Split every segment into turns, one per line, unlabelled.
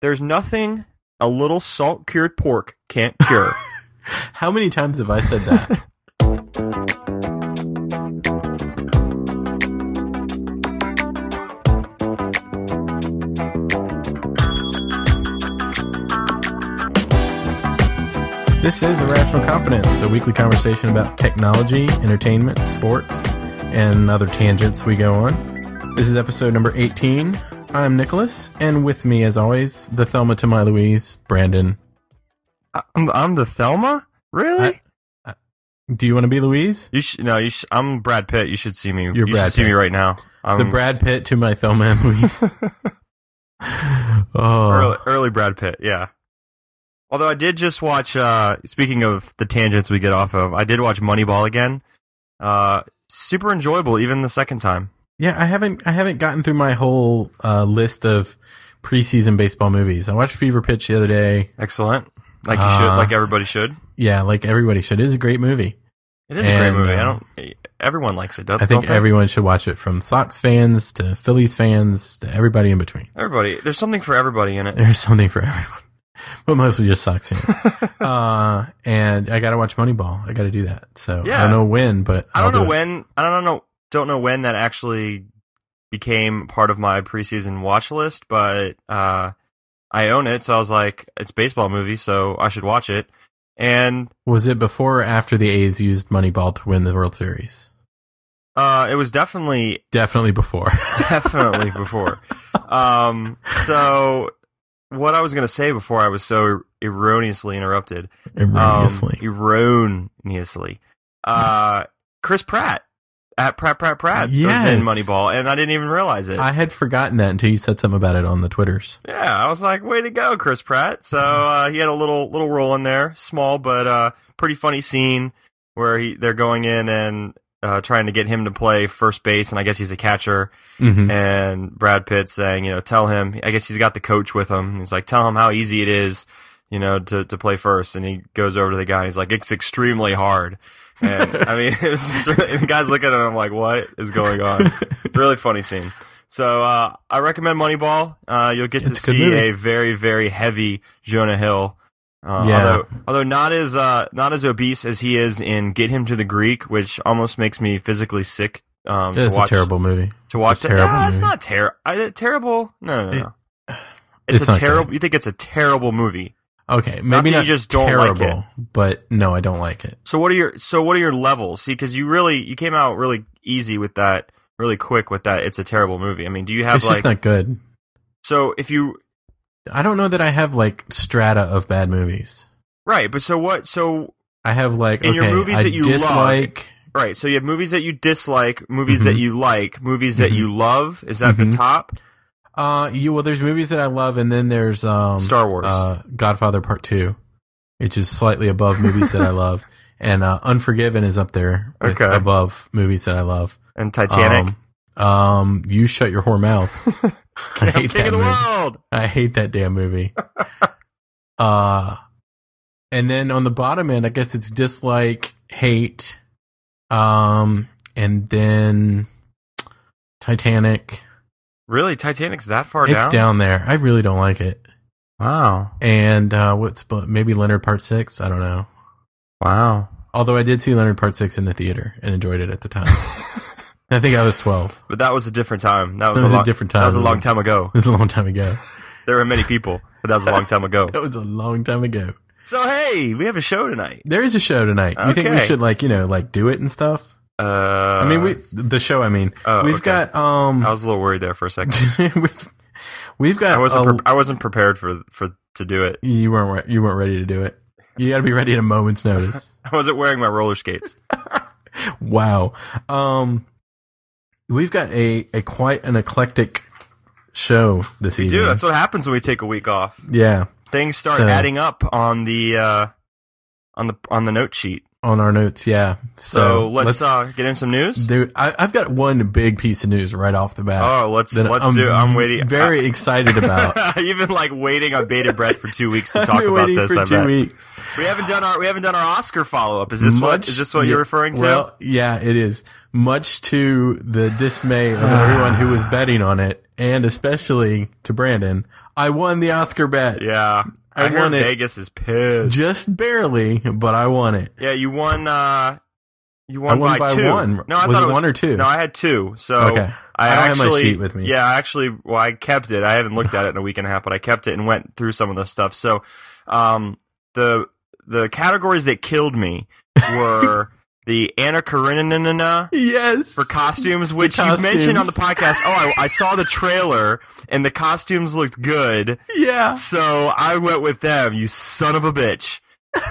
There's nothing a little salt cured pork can't cure.
How many times have I said that? this is Irrational Confidence, a weekly conversation about technology, entertainment, sports, and other tangents we go on. This is episode number 18. I'm Nicholas, and with me, as always, the Thelma to my Louise, Brandon.
I'm, I'm the Thelma? Really?
I- Do you want to be Louise?
you sh- no, you sh- I'm Brad Pitt. You should see me. you
You're Brad
should see me
Pitt.
right now. I'm
the Brad Pitt to my Thelma and Louise. oh,
early, early Brad Pitt, yeah. Although I did just watch uh speaking of the tangents we get off of, I did watch Moneyball again. Uh super enjoyable even the second time.
yeah. I haven't I haven't gotten through my whole uh, list of preseason baseball movies. I watched Fever Pitch the other day.
Excellent. Like you
Uh,
should like everybody should.
Yeah, like everybody should. It is a great movie.
It is a great
and,
movie. I
uh,
don't everyone likes it, doesn't
I think
don't they?
everyone should watch it, from Sox fans to Phillies fans to everybody in between.
everybody there's something for everybody in it.
There's something for everyone, but mostly just Sox fans. uh, and I gotta watch Moneyball. I gotta do that. So I
Yeah.
don't know when, but
I
I'll
don't know
do it.
when I don't know don't know when that actually became part of my preseason watch list, but uh I own it, so I was like, it's a baseball movie, so I should watch it. And
Was it before or after the A's used Moneyball to win the World Series?
Uh, it was definitely,
Definitely before.
definitely before. Um, so what I was gonna say before I was so erroneously interrupted. um,
Erroneously.
erroneously. Uh, Chris Pratt at Pratt Pratt Pratt was
Yes.
in Moneyball, and I didn't even realize it.
I had forgotten that until you said something about it on the Twitters.
yeah, I was like, way to go, Chris Pratt. So uh, he had a little little role in there, small but uh, pretty funny scene where he they're going in and. Uh, trying to get him to play first base, and I guess he's a catcher.
Mm-hmm.
and Brad Pitt saying, you know, tell him. I guess he's got the coach with him. He's like, tell him how easy it is, you know, to to play first. And he goes over to the guy. and He's like, it's extremely hard. And I mean, it was just really, the guy's looking at him like, what is going on? really funny scene. So uh, I recommend Moneyball. Uh, you'll get
It's a
to
good
see
movie.
a very very heavy Jonah Hill. Uh,
Yeah.
although, although not as uh, not as obese as he is in Get Him to the Greek, which almost makes me physically sick. Um, to
That's a
watch
terrible movie.
to watch
a
it.
terrible
No, it's
movie.
not terrible. Terrible? No, no, no. no.
It's
It's,
not
a terrible. You think it's a terrible movie?
Okay, maybe
Not
not,
that you just don't like
terrible, but no, I don't like it.
So what are your so what are your levels? See, because you really you came out really easy with that, really quick with that. It's a terrible movie. I mean, do you have
It's
like
just not good.
so if you
I don't know that I have like strata of bad movies.
right? But so what? So
I have like
In
okay,
your movies
I
that you love-
dislike.
right. So you have movies that you dislike, movies
Mm-hmm.
that you like, movies that
Mhm.
you love. Is that
Mhm.
the top?
Uh, you well, there's movies that I love, and then there's um
Star Wars.
uh, Godfather Part Two, which is slightly above movies that I love, and uh, Unforgiven is up there with
Okay.
above movies that I love.
and Titanic.
Um, um, you shut your whore mouth. um, I
I'm King
hate that
of the
movie.
world.
I hate that damn movie. uh, and then on the bottom end, I guess it's dislike, hate, um, and then Titanic.
Really, Titanic's that far
it's down there. I really don't like it.
Wow,
And uh, what's but maybe Leonard Part Six? I don't know.
wow.
Although I did see Leonard Part Six in the theater and enjoyed it at the time. I think I was twelve.
But that was a different time. That was,
That was
a,
a
long-
different
That was a
time.
long time ago.
It was a long time ago.
There were many people, but that was a long time ago.
That was a long time ago.
So hey, we have a show tonight.
There is a show tonight. You think we
Okay.
should like you know like do it and stuff?
Uh,
I mean, we the show. I mean,
oh,
we've
okay.
got um,
I was a little worried there for a second.
we've, we've got.
I wasn't.
a-
Pre- I wasn't prepared for for to do it.
you weren't. Re- you weren't ready to do it. You got to be ready at a moment's notice.
I wasn't wearing my roller skates.
wow. Um, we've got a a quite an eclectic show this evening.
Dude, that's what happens when we take a week off.
yeah,
Things start
So-
adding up on the uh, on the on the note sheet.
on our notes. Yeah. So,
So, let's, uh, get in some news.
do. I, I've got one big piece of news right off the bat.
Oh, let's
that
let's
I'm
do. I'm waiting.
Very excited about.
You've been like waiting on bated breath for two weeks to
I've
talk
been
about
waiting
this.
for
I
two
bet.
weeks.
We haven't done our we haven't done our Oscar follow up. Is this what
Much-
is this what you're
yeah,
referring to?
Well, yeah, it is. Much to the dismay of everyone who was betting on it, and especially to Brandon, I won the Oscar bet.
Yeah. I,
I
heard
won it.
Vegas is pissed.
Just barely, but I won it.
Yeah, you won. Uh, you won,
I won by
two.
one.
No, I
Was
thought
it one or two?
No, I had two. So
Okay.
I,
I don't have my
actually
sheet with me.
Yeah, I actually, well, I kept it. I haven't looked at it in a week and a half, but I kept it and went through some of the stuff. So, um, the the categories that killed me were the Anna Karenina
Yes.
for costumes, which you mentioned on the podcast. Oh, I, I saw the trailer and the costumes looked good.
yeah.
So I went with them, you son of a bitch.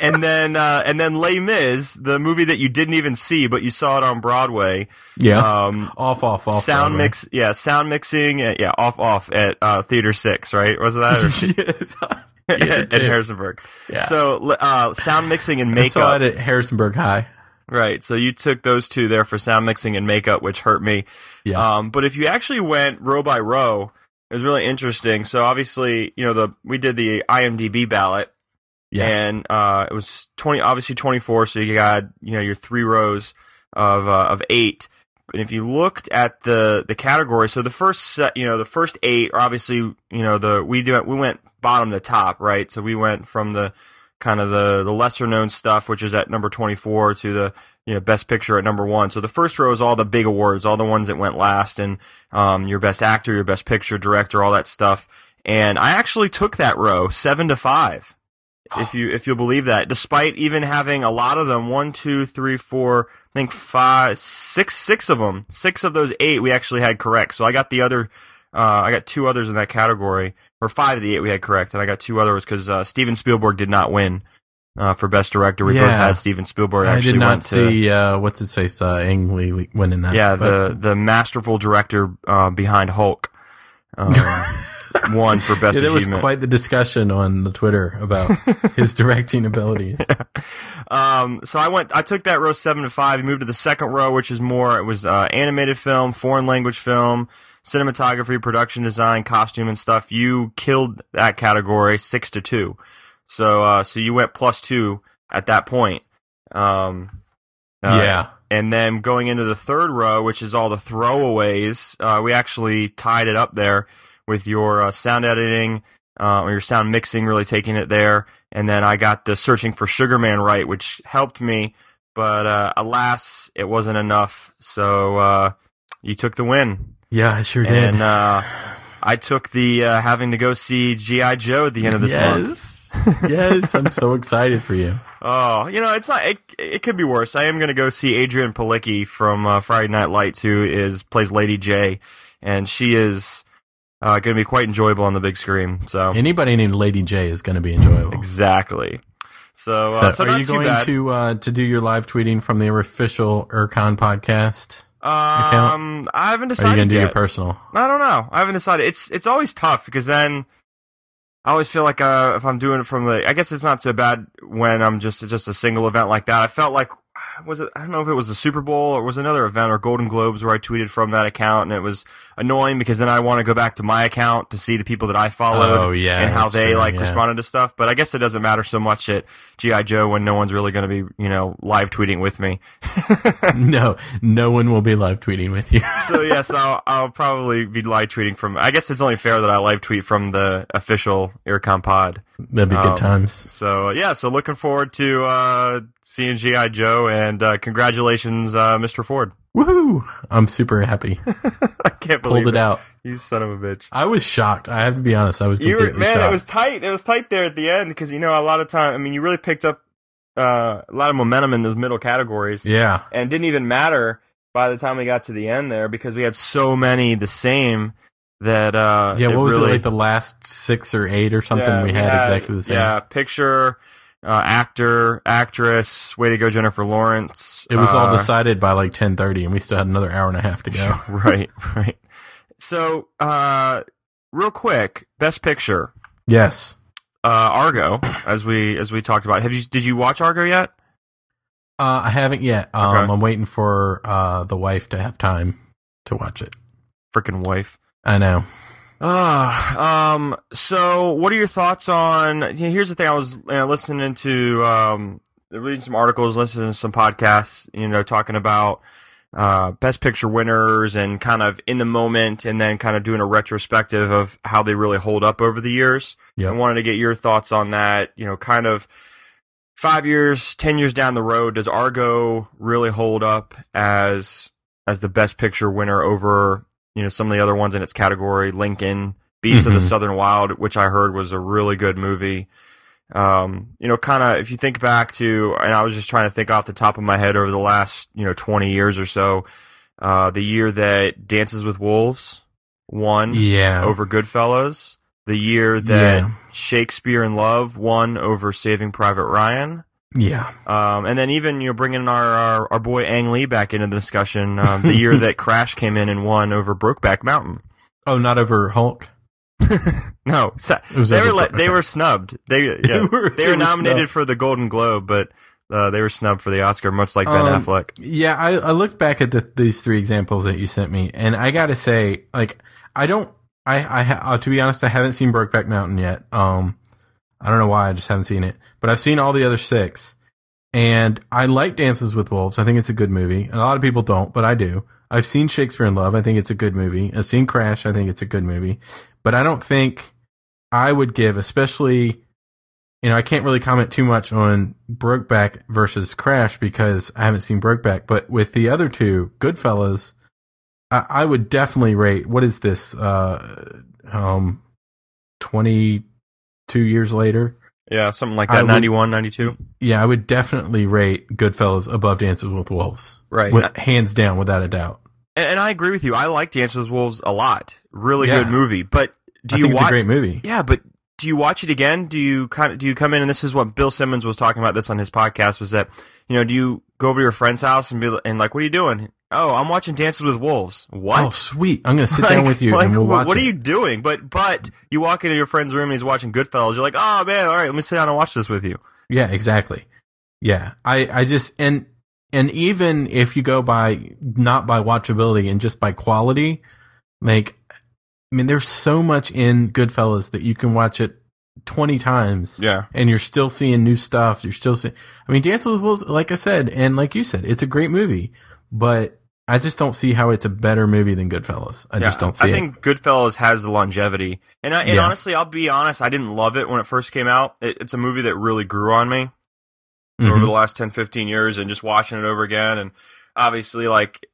and then, uh, and then Les Mis, the movie that you didn't even see, but you saw it on Broadway.
Yeah.
Um,
off, off, off.
sound
Broadway.
mix, yeah, sound mixing, uh, yeah, off, off at uh, Theater Six, right? Was it that
yes.
or at
dude.
Harrisonburg?
Yeah.
So uh, sound mixing and
I saw
makeup,
it at Harrisonburg High.
right? So you took those two there for sound mixing and makeup, which hurt me.
Yeah.
Um, but if you actually went row by row, it was really interesting. So obviously, you know, the we did the IMDb ballot,
Yeah.
and uh, it was twenty, obviously twenty four. So you got you know your three rows of uh, of eight. And if you looked at the the category, so the first set, you know, the first eight are obviously you know the we do we went bottom to top, right? So we went from the kind of the the lesser known stuff, which is at number twenty four, to the you know best picture at number one. So the first row is all the big awards, all the ones that went last, and um, your best actor, your best picture, director, all that stuff. And I actually took that row seven to five, if you if you'll believe that, despite even having a lot of them one, two, three, four, I think five, six, six of them, six of those eight we actually had correct. So I got the other. Uh, I got two others in that category, or five of the eight we had correct, and I got two others because uh, Steven Spielberg did not win uh, for best director. We both
Yeah.
had Steven Spielberg.
I
Actually
did
went
not
to-
see uh, what's his face uh, Ang Lee winning that.
yeah,
but-
the the masterful director uh, behind Hulk um, won for best
Yeah, there was
achievement.
quite the discussion on the Twitter about his directing abilities.
um, so I went, I took that row seven to five. Moved to the second row, which is more. It was uh, animated film, foreign language film, cinematography, production design, costume, and stuff. You killed that category six to two. So uh, so you went plus two at that point. Um, uh,
yeah,
And then going into the third row, which is all the throwaways, uh, we actually tied it up there with your uh, sound editing uh, or your sound mixing, really taking it there. And then I got the searching for Sugar Man right, which helped me. But uh, alas, it wasn't enough. So uh, you took the win.
yeah, I sure did.
And uh, I took the uh, having to go see G.I. Joe at the end of this month.
yes, yes, I'm so excited for you.
Oh, you know, it's not. It, it could be worse. I am going to go see Adrian Palicki from uh, Friday Night Lights, who is plays Lady J, and she is uh, going to be quite enjoyable on the big screen. So
Anybody named Lady J is going to be enjoyable.
exactly. So,
So,
uh, so
are
not
you
too
going
bad.
to uh, to do your live tweeting from the official Urcon podcast?
um, I haven't
Or are you
decided
going to do
yet.
your personal?
I don't know. I haven't decided. It's it's always tough because then I always feel like uh, if I'm doing it from the, I guess it's not so bad when I'm just just a single event like that. I felt like was it? I don't know if it was the Super Bowl or was another event or Golden Globes where I tweeted from that account and it was annoying because then I want to go back to my account to see the people that I followed
Oh, yeah,
and how
that's
they
true,
like
yeah.
responded to stuff. But I guess it doesn't matter so much at GI Joe when no one's really going to be you know live tweeting with me.
no, no one will be live tweeting with you.
so yes, I'll, I'll probably be live tweeting from. I guess it's only fair that I live tweet from the official Aircom Pod.
That'd be
Um,
good times.
So yeah, so looking forward to uh, seeing GI Joe and uh, congratulations, uh, Mr. Ford.
Woohoo! I'm super happy.
I can't believe
Pulled it out.
You son of a bitch.
I was shocked. I have to be honest. I was
You
completely
were, man,
shocked.
it was tight. It was tight there at the end because you know a lot of time. I mean, you really picked up uh, a lot of momentum in those middle categories.
yeah.
and it didn't even matter by the time we got to the end there because we had so many the same that uh
Yeah,
it
what was
really,
it like the last six or eight or something?
Yeah,
we had exactly the same.
yeah picture uh actor actress way to go jennifer lawrence
It was all
uh,
decided by like ten thirty, and we still had another hour and a half to go.
right right so uh real quick best picture
yes,
uh argo as we as we talked about have you did you watch argo yet
uh, I haven't yet. Um,
Okay.
I'm waiting for uh, the wife to have time to watch it.
freaking wife
I know.
Ah, um. So, what are your thoughts on? Here's the thing: I was uh, listening to, um, reading some articles, listening to some podcasts. You know, talking about uh, best picture winners and kind of in the moment and then kind of doing a retrospective of how they really hold up over the years.
Yep.
I wanted to get your thoughts on that, you know, kind of five years, 10 years down the road, does Argo really hold up as, as the best picture winner over, you know, some of the other ones in its category, Lincoln, Beast of
Mhm.
the Southern Wild, which I heard was a really good movie um, you know, kind of if you think back to, and I was just trying to think off the top of my head over the last, you know, 20 years or so, uh, the year that Dances with Wolves won
Yeah.
over Goodfellas, the year that
Yeah.
Shakespeare in Love won over Saving Private Ryan.
Yeah.
Um, and then even, you know, bringing our, our, our boy Ang Lee back into the discussion, um, the year that Crash came in and won over Brokeback Mountain.
Oh, not over Hulk.
No, sa-
It was
they
over
were, let
Bro-
they
okay.
were snubbed. They, yeah
They were,
they were nominated for the Golden Globe, but uh, they were snubbed for the Oscar, much like Ben
Um,
Affleck.
Yeah, I, I looked back at the, these three examples that you sent me, and I gotta say, like, I don't, I, I, ha- uh, to be honest, I haven't seen Brokeback Mountain yet. Um, I don't know why, I just haven't seen it, but I've seen all the other six, and I like Dances with Wolves. I think it's a good movie. And a lot of people don't, but I do. I've seen Shakespeare in Love. I think it's a good movie. I've seen Crash. I think it's a good movie, but I don't think I would give, especially you know, I can't really comment too much on Brokeback versus Crash because I haven't seen Brokeback, but with the other two, Goodfellas, I, I would definitely rate what is this, uh um twenty two years later?
Yeah, something like
I
that.
would-
91, 92.
Yeah, I would definitely rate Goodfellas above Dances with Wolves.
Right.
With, hands down, without a doubt.
and, and I agree with you. I like Dances with Wolves a lot. Really
Yeah.
good movie. But do
I
you
think it's
watch?
a great movie.
yeah, but do you watch it again? Do you kind of, do you come in and this is what Bill Simmons was talking about this on his podcast was that you know do you go over to your friend's house and be and like what are you doing? Oh, I'm watching Dances with Wolves. What?
Oh sweet. I'm gonna sit down
Like-
with you
like,
and we'll
wh-
watch
What
it.
are you doing? But but you walk into your friend's room and he's watching Goodfellas. You're like, oh man, all right, let me sit down and watch this with you.
Yeah, exactly. Yeah. I, I just and and even if you go by not by watchability and just by quality, like I mean there's so much in Goodfellas that you can watch it twenty times
Yeah.
and you're still seeing new stuff. You're still seeing, I mean, Dance with Wolves, like I said, and like you said, it's a great movie, but I just don't see how it's a better movie than Goodfellas. I just
Yeah,
don't see
I
it.
think Goodfellas has the longevity, and I, and
Yeah.
honestly, I'll be honest, I didn't love it when it first came out. It, it's a movie that really grew on me
Mhm.
over the last 10, 15 years, and just watching it over again, and obviously, like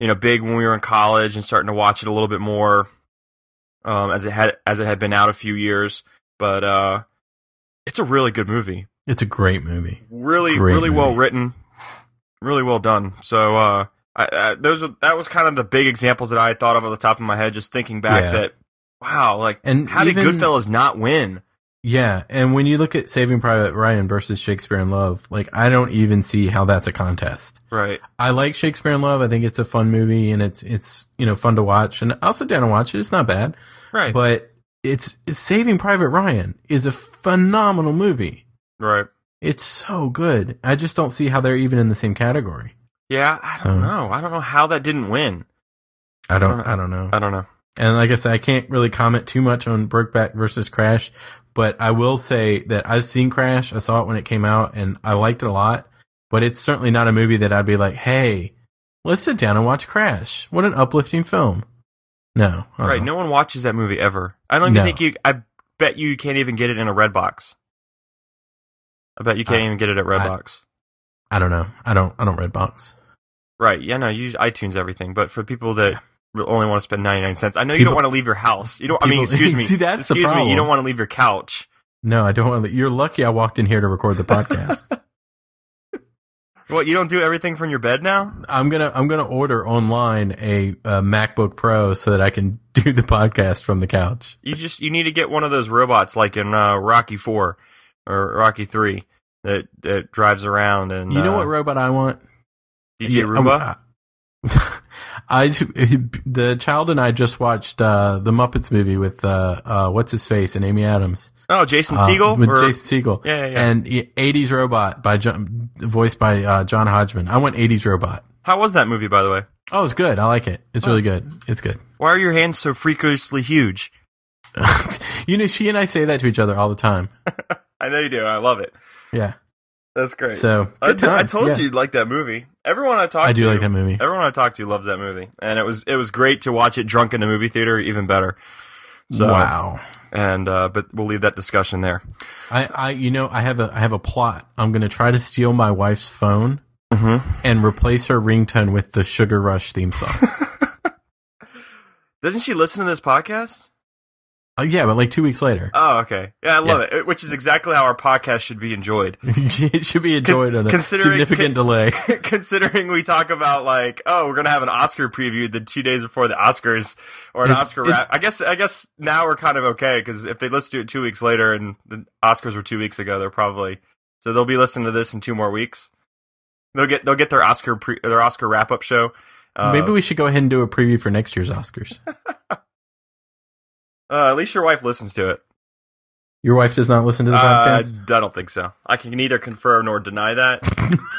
you know, big when we were in college and starting to watch it a little bit more, um, as it had as it had been out a few years, but uh, it's a really good movie,
It's a great movie.
really,
great
really well
movie.
written, really well done. So, uh, I, I, those are, that was kind of the big examples that I had thought of on the top of my head, just thinking back
Yeah.
that, wow, like,
And
how
even,
did Goodfellas not win?
Yeah, and when you look at Saving Private Ryan versus Shakespeare in Love, like I don't even see how that's a contest.
Right.
I like Shakespeare in Love. I think it's a fun movie and it's it's you know fun to watch, and I'll sit down and watch it. It's not bad,
Right.
but it's, it's Saving Private Ryan is a phenomenal movie.
right.
It's so good. I just don't see how they're even in the same category.
Yeah. I don't
So-
know. I don't know how that didn't win.
I don't. I don't know.
I don't know.
And like I said, I can't really comment too much on Brokeback versus Crash, but I will say that I've seen Crash. I saw it when it came out and I liked it a lot, but it's certainly not a movie that I'd be like, hey, let's sit down and watch Crash. What an uplifting film. No. uh-uh.
Right. No one watches that movie ever. I don't even
No.
think you, I bet you can't even get it in a red box. I bet you can't
I-
even get it at Redbox.
I don't know. I don't, I don't read box.
Right. Yeah. No. Use iTunes everything, but for people that re- only want to spend ninety nine cents, I know you
People-
don't want to leave your house. You don't. I mean,
People-
excuse me.
See, that's the
excuse me. You
problem.
don't want to leave your couch.
No, I don't want to. You're lucky I walked in here to record the podcast.
What? You don't do everything from your bed now?
I'm going to, I'm going to order online a, a MacBook Pro so that I can do the podcast from the couch.
You just you need to get one of those robots like in uh, Rocky Four or Rocky Three that that drives around and
You know
uh,
what robot I want?
DJ
Yeah, um, uh,
Roomba.
I, I the child and I just watched uh, the Muppets movie with uh, uh, what's his face and Amy Adams
oh, Jason
Uh,
Siegel.
with
Or-
Jason Segel
Yeah, yeah, yeah.
and e, eighties robot by John, voiced by uh, John Hodgman. I want eighties robot.
How was that movie, by the way?
Oh, it's good. I like it. It's really good. It's good.
Why are your hands so freakishly huge?
you know, she and I say that to each other all the time.
I know you do. I love it.
Yeah,
That's great.
So good
I, I
times,
told
yeah.
you you'd like that movie. Everyone I talked
I do
to,
like that movie.
Everyone I talked to loves that movie, and it was it was great to watch it drunk in a movie theater. Even better. So,
wow.
And uh, but we'll leave that discussion there.
I, I you know I have a I have a plot. I'm gonna try to steal my wife's phone
Mm-hmm.
and replace her ringtone with the Sugar Rush theme song.
Doesn't she listen to this podcast?
oh yeah, but like two weeks later,
Oh, okay. Yeah, I love it. Which is exactly how our podcast should be enjoyed.
it should be enjoyed on a
considering-
significant delay.
Considering we talk about like, oh, we're gonna have an Oscar preview the two days before the Oscars or an
It's-
Oscar
it's-
wrap. I guess I guess now we're kind of okay because if they listen to it two weeks later and the Oscars were two weeks ago, they're probably so they'll be listening to this in two more weeks. They'll get they'll get their Oscar pre, their Oscar wrap up show. Uh,
Maybe we should go ahead and do a preview for next year's Oscars.
uh, at least your wife listens to it.
Your wife does not listen to the
Uh,
podcast.
I don't think so. I can neither confirm nor deny that,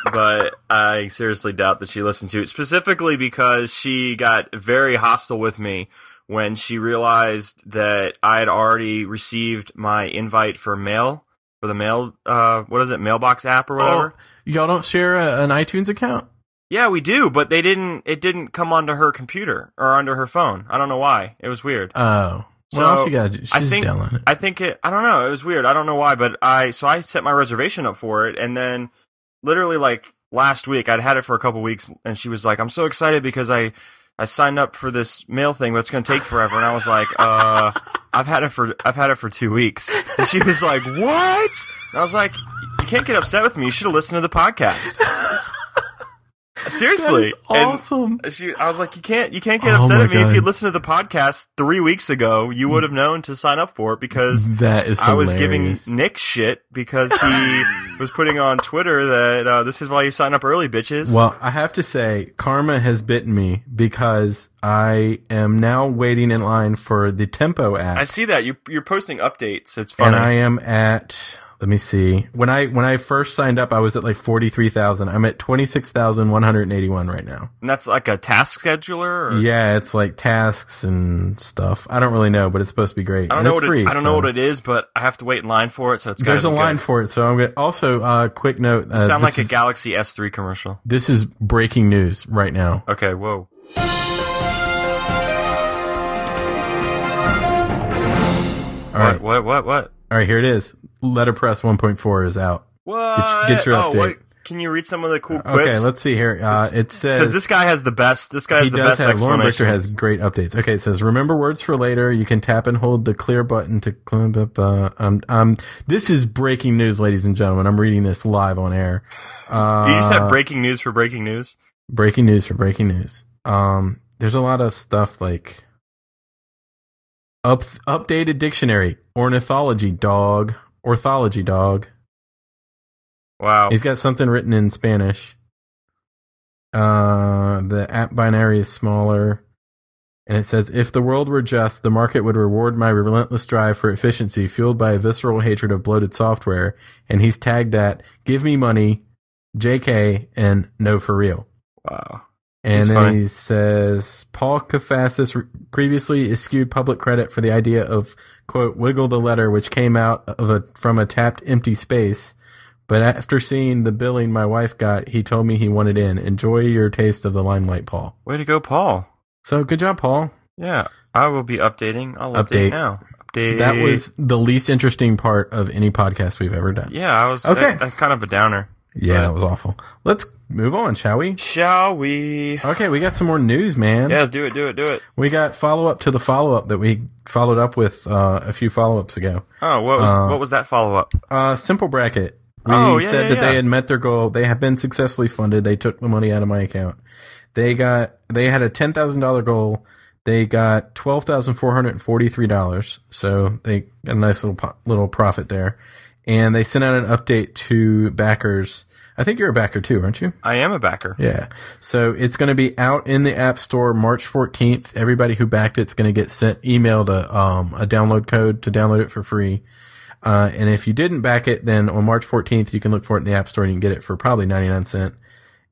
but I seriously doubt that she listened to it specifically because she got very hostile with me when she realized that I had already received my invite for mail for the mail. Uh, what is it? Mailbox app or
Oh.
whatever.
Y'all don't share a, an iTunes account.
Yeah, we do, but they didn't. It didn't come onto her computer or onto her phone. I don't know why. It was weird.
Oh, what
So,
else you got? She's
I think-
downloading it.
I think it. I don't know. It was weird. I don't know why, but I so I set my reservation up for it, and then literally like last week, I'd had it for a couple weeks, and she was like, "I'm so excited because I I signed up for this mail thing, but it's gonna take forever." And I was like, "Uh, I've had it for I've had it for two weeks," and she was like, "What?" And I was like, "You can't get upset with me. You should have listened to the podcast."
That
Seriously,
is
And-
awesome.
she, I was like, you can't, you can't get
Oh
upset
my
at me if
God.
you listened to the podcast three weeks ago. You would have known to sign up for it because
That is. Mm-hmm. Hilarious.
I was giving Nick shit because he was putting on Twitter that uh, this is why you sign up early, bitches.
Well, I have to say, karma has bitten me because I am now waiting in line for the Tempo app,
I see that you you're posting updates. It's
and
funny.
I am at. Let me see. When I when I first signed up, I was at like forty three thousand. I'm at twenty six thousand one hundred eighty one right now.
and that's like a task scheduler. Or,
Yeah, it's like tasks and stuff. I don't really know, but it's supposed to be great.
I don't
and
know
it's
what it,
free.
I don't know
so-
what it is, but I have to wait in line for it. So it's gotta
There's a
be
line
Good.
for it, so I'm gonna. Also, uh, quick note. Uh,
You sound like
this
a
is-
Galaxy S3 commercial.
This is breaking news right now.
Okay, whoa.
All right,
What? What? What? What?
all right. Here it is. Letterpress 1.4 is out.
What?
get your
oh,
update.
Wait, can you read some of the cool quips?
Okay, let's see here. Uh, it says
Because this guy has the best. This guy has
he
the
does
best
have Lauren Richter
explanation.
has great updates. Okay, it says remember words for later. You can tap and hold the clear button to climb up. Uh, um, um, this is breaking news, ladies and gentlemen. I'm reading this live on air. Uh,
you just have breaking news for breaking news.
breaking news for breaking news. Um, there's a lot of stuff like up updated dictionary, ornithology dog, orthology dog.
Wow.
He's got something written in Spanish. Uh, the app binary is smaller. And it says, if the world were just, the market would reward my relentless drive for efficiency fueled by a visceral hatred of bloated software. And he's tagged that, give me money, JK, and no for real.
wow.
And
He's
then
funny.
he says, Paul Kafasis re- previously eschewed public credit for the idea of, quote, wiggle the letter, which came out of a, from a tapped empty space. But after seeing the billing my wife got, he told me he wanted in. Enjoy your taste of the limelight, Paul.
Way to go, Paul.
So good job, Paul.
Yeah, I will be updating. I'll update,
Update.
now. Update.
That was the least interesting part of any podcast we've ever done.
Yeah, I was.
Okay.
that- that's kind of a downer.
Yeah, that was awful. Let's move on, shall we?
Shall we?
Okay, we got some more news, man.
Yeah, let's do it. Do it. Do it.
We got follow up to the follow up that we followed up with uh, a few follow ups ago.
Oh, what was what was that follow up?
Uh, simple bracket. We
Oh, yeah,
said
yeah,
that
yeah.
they had met their goal. They have been successfully funded. They took the money out of my account. They got they had a ten thousand dollar goal. They got twelve thousand four hundred forty three dollars. So they got a nice little po- little profit there. And they sent out an update to backers. I think you're a backer too, aren't you?
I am a backer.
Yeah. So it's going to be out in the App Store March 14th. Everybody who backed it's going to get sent emailed a um a download code to download it for free. Uh, and if you didn't back it, then on March 14th you can look for it in the App Store and you can get it for probably 99 cent.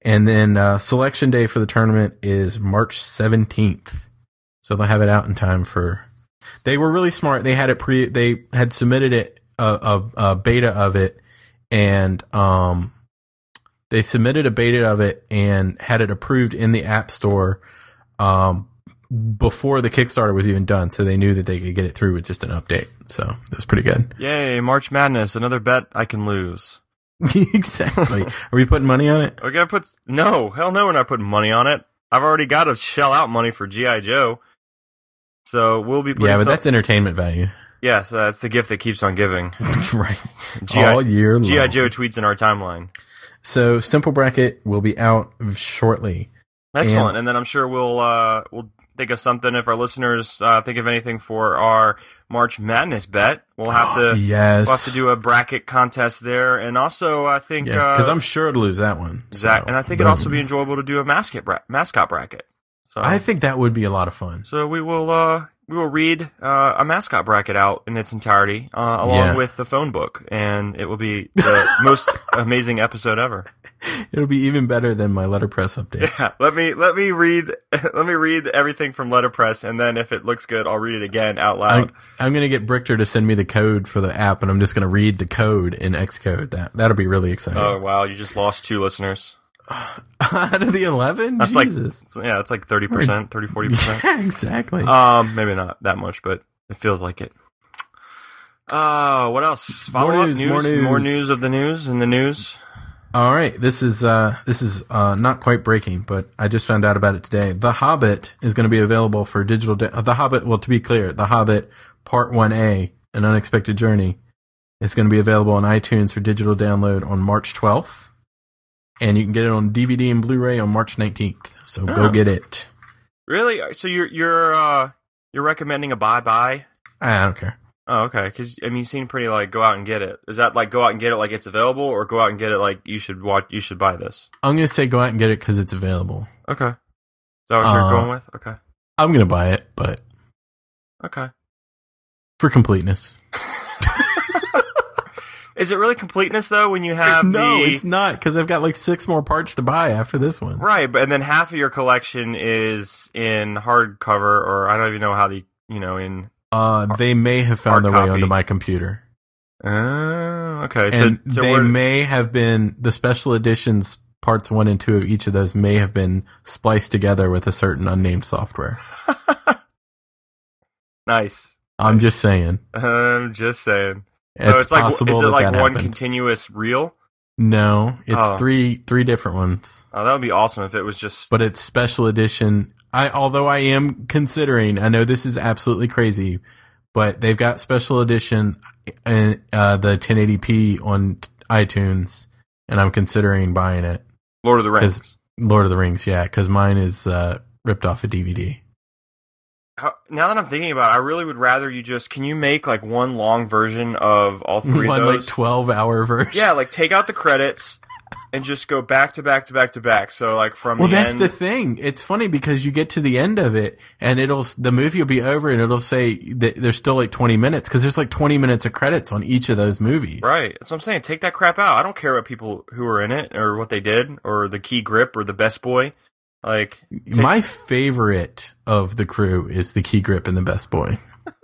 And then uh, selection day for the tournament is March 17th. So they'll have it out in time for. uh, They were really smart. They had it pre. They had submitted it a, a, a beta of it and um, they submitted a beta of it and had it approved in the App Store um, before the Kickstarter was even done. So they knew that they could get it through with just an update. So it was pretty good.
Yay, March Madness, another bet I can lose.
exactly. Are we putting money on it?
We're gonna put no, hell no, we're not putting money on it. I've already got to shell out money for GI Joe, so we'll be putting
yeah, but
some-
that's entertainment value,
yes, uh, that's the gift that keeps on giving.
right? All
GI
year long.
GI Joe tweets in our timeline.
So Simple Bracket will be out shortly.
Excellent. And then I'm sure we'll uh, we'll think of something if our listeners uh, think of anything for our March Madness bet. We'll have to
yes,
we'll have to do a bracket contest there, and also I think
yeah, because
uh,
I'm sure to lose that one.
Zach,
So,
and I think
boom.
it'd also be enjoyable to do a mascot bra- mascot bracket. So
I think that would be a lot of fun.
so we will uh, we will read uh, a mascot bracket out in its entirety uh, along
Yeah.
with the phone book, and it will be the most amazing episode ever.
It'll be even better than my letterpress update.
Yeah, let me let me read let me read everything from letterpress, and then if it looks good, I'll read it again out
I,
loud.
I'm gonna get Brichter to send me the code for the app, and I'm just gonna read the code in Xcode. That that'll be really exciting.
oh wow, you just lost two listeners.
Out of the eleven,
That's like-
Jesus,
So, yeah, it's like thirty percent, 30 40 percent.
yeah, exactly.
Um, maybe not that much, but it feels like it. Uh, what else? Follow up
news,
news,
more news.
more news of the news and the news.
All right, this is uh, this is uh, not quite breaking, but I just found out about it today. The Hobbit is going to be available for digital. Da- the Hobbit, well, to be clear, The Hobbit Part One A: An Unexpected Journey is going to be available on iTunes for digital download on March 12th, and you can get it on DVD and Blu-ray on March 19th. So go
Oh.
get it.
Really? So you're you're uh you're recommending a bye bye?
I, I don't care.
Oh, okay. Because I mean, you seem pretty like go out and get it. Is that like go out and get it like it's available, or go out and get it like you should watch? You should buy this.
I'm going to say go out and get it because it's available.
Okay. Is that what you're
Uh,
going with? Okay.
I'm going to buy it, but
Okay.
for completeness.
Is it really completeness though when you have
no,
the
it's not because I've got like six more parts to buy after this one.
right, but and then half of your collection is in hardcover, or I don't even know how the you know in.
Uh, they may have
hard
found their way
copy.
onto my computer,
Oh, okay.
and
so so
they
we're-
may have been the special editions parts one and two of each of those may have been spliced together with a certain unnamed software.
nice.
I'm just saying,
I'm just saying.
it's,
so it's like
possible
is it
that
like
that
one
happened.
continuous reel?
no, it's
Oh.
three three different ones,
Oh, that would be awesome if it was just
but it's special edition. I although I am considering, I know this is absolutely crazy, but they've got special edition and uh, the 1080p on iTunes, and I'm considering buying it.
Lord of the Rings.
Lord of the Rings, yeah, because mine is uh, ripped off a DVD.
How, now that I'm thinking about it, I really would rather you just can you make like one long version of all three
One
of
like
those?
twelve hour version.
yeah, like take out the credits and just go back to back to back to back. So like from
Well,
the
that's
end,
the thing. It's funny because you get to the end of it, and it'll the movie will be over, and it'll say that there's still like twenty minutes because there's like twenty minutes of credits on each of those movies.
right. That's what I'm saying. Take that crap out. I don't care what people who were in it or what they did or the key grip or the best boy. Like
My favorite of the crew is the key grip and the best boy,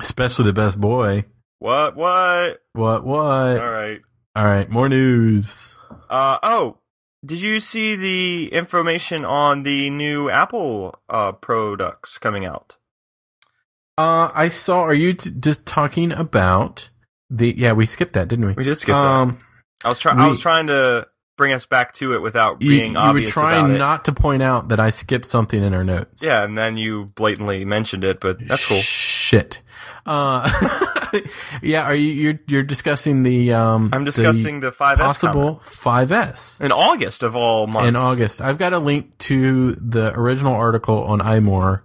especially the best boy.
what what?
What? What?
All right.
All right, more news.
Uh oh. Did you see the information on the new Apple uh, products coming out?
Uh, I saw. Are you t- just talking about the? Yeah, we skipped that, didn't we?
We did skip that.
um,
I was trying. I
We-
was trying to bring us back to it without
you,
being
you were
obvious about
trying
it.
not to point out that I skipped something in our notes.
Yeah, and then you blatantly mentioned it, but that's cool.
Shit. Uh, yeah. Are you you're you're discussing the um?
I'm
the
discussing the 5S comment.
possible 5S
in August of all months.
in August. I've got a link to the original article on iMore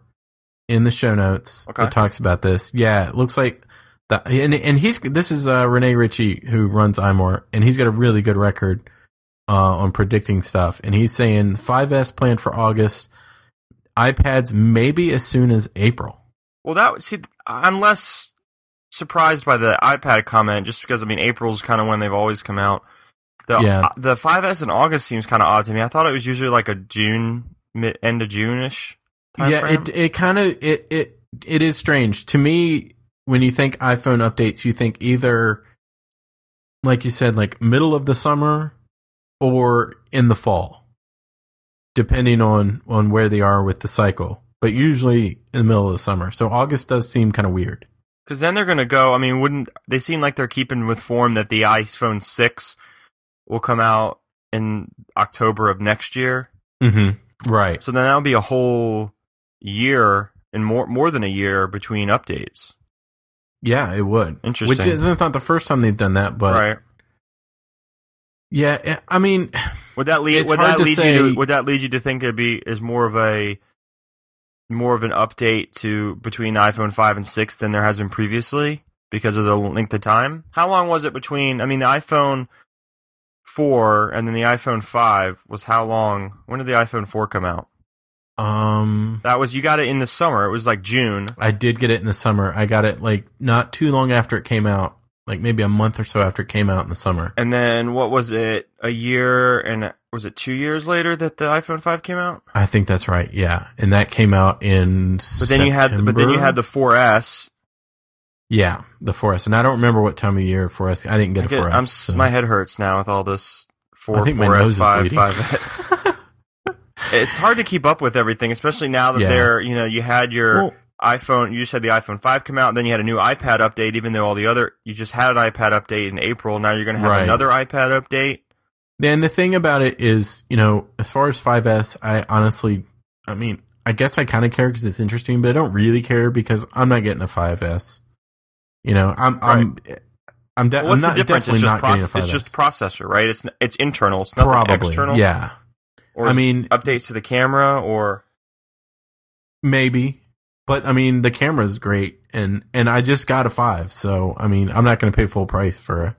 in the show notes
Okay.
that talks about this. Yeah, it looks like that. And and he's this is uh, Renee Ritchie who runs iMore, and he's got a really good record uh, on predicting stuff. And he's saying 5S planned for August, iPads maybe as soon as April.
Well, that see, I'm less surprised by the iPad comment just because I mean April's kind of when they've always come out. The uh,
Yeah.
the 5S in August seems kind of odd to me. I thought it was usually like a June mid, end of June ish.
yeah, it it kind of it it it is strange to me. When you think iPhone updates, you think either like you said, like middle of the summer or in the fall, depending on on where they are with the cycle. But usually in the middle of the summer. So August does seem kind of weird.
Because then they're going to go. I mean, wouldn't they seem like they're keeping with form that the iPhone 6 will come out in October of next year?
Mm-hmm. Right.
So then that'll be a whole year and more more than a year between updates.
Yeah, it would.
Interesting.
Which is it's not the first time they've done that, but
right.
yeah, eh, I mean,
Would that lead
It's
would
hard
that
to
lead
say-
you to, would that lead you to think it'd be is more of a more of an update to between iPhone 5 and 6 than there has been previously because of the length of time? How long was it between I mean the iPhone 4 and then the iPhone 5 was how long? When did the iPhone 4 come out?
um,
That was you got it in the summer. It was like June.
I did get it in the summer. I got it like not too long after it came out, like maybe a month or so after it came out in the summer.
And then what was it? A year and was it 2 years later that the iPhone 5 came out?
I think that's right. Yeah, and that came out in.
But then you had but then you had the 4S
yeah the 4S, and I don't remember what time of year 4S. I didn't get a
I get-
4S.
I'm s-
so-
my head hurts now with all this four
I think my
four
nose
S
is
five
bleeding.
five S. It's hard to keep up with everything, especially now that
Yeah.
they're you know you had your
Well,
iPhone, you just had the iPhone five come out, and then you had a new iPad update. Even though all the other you just had an iPad update in April, now you're going to have
Right.
another iPad update.
Then the thing about it is, you know, as far as 5S, I honestly, I mean, I guess I kind of care because it's interesting, but I don't really care because I'm not getting a 5S. You know, I'm, I'm, I'm, de-
Well, what's
I'm not,
the difference?
definitely
It's just
not getting a
proce-
5S.
it's just processor, right? It's n- it's internal. It's nothing
probably,
external.
yeah.
Or uh,
I mean,
updates to the camera, or
maybe, but I mean, the camera's great, and and I just got a five, so I mean, I'm not going to pay full price for a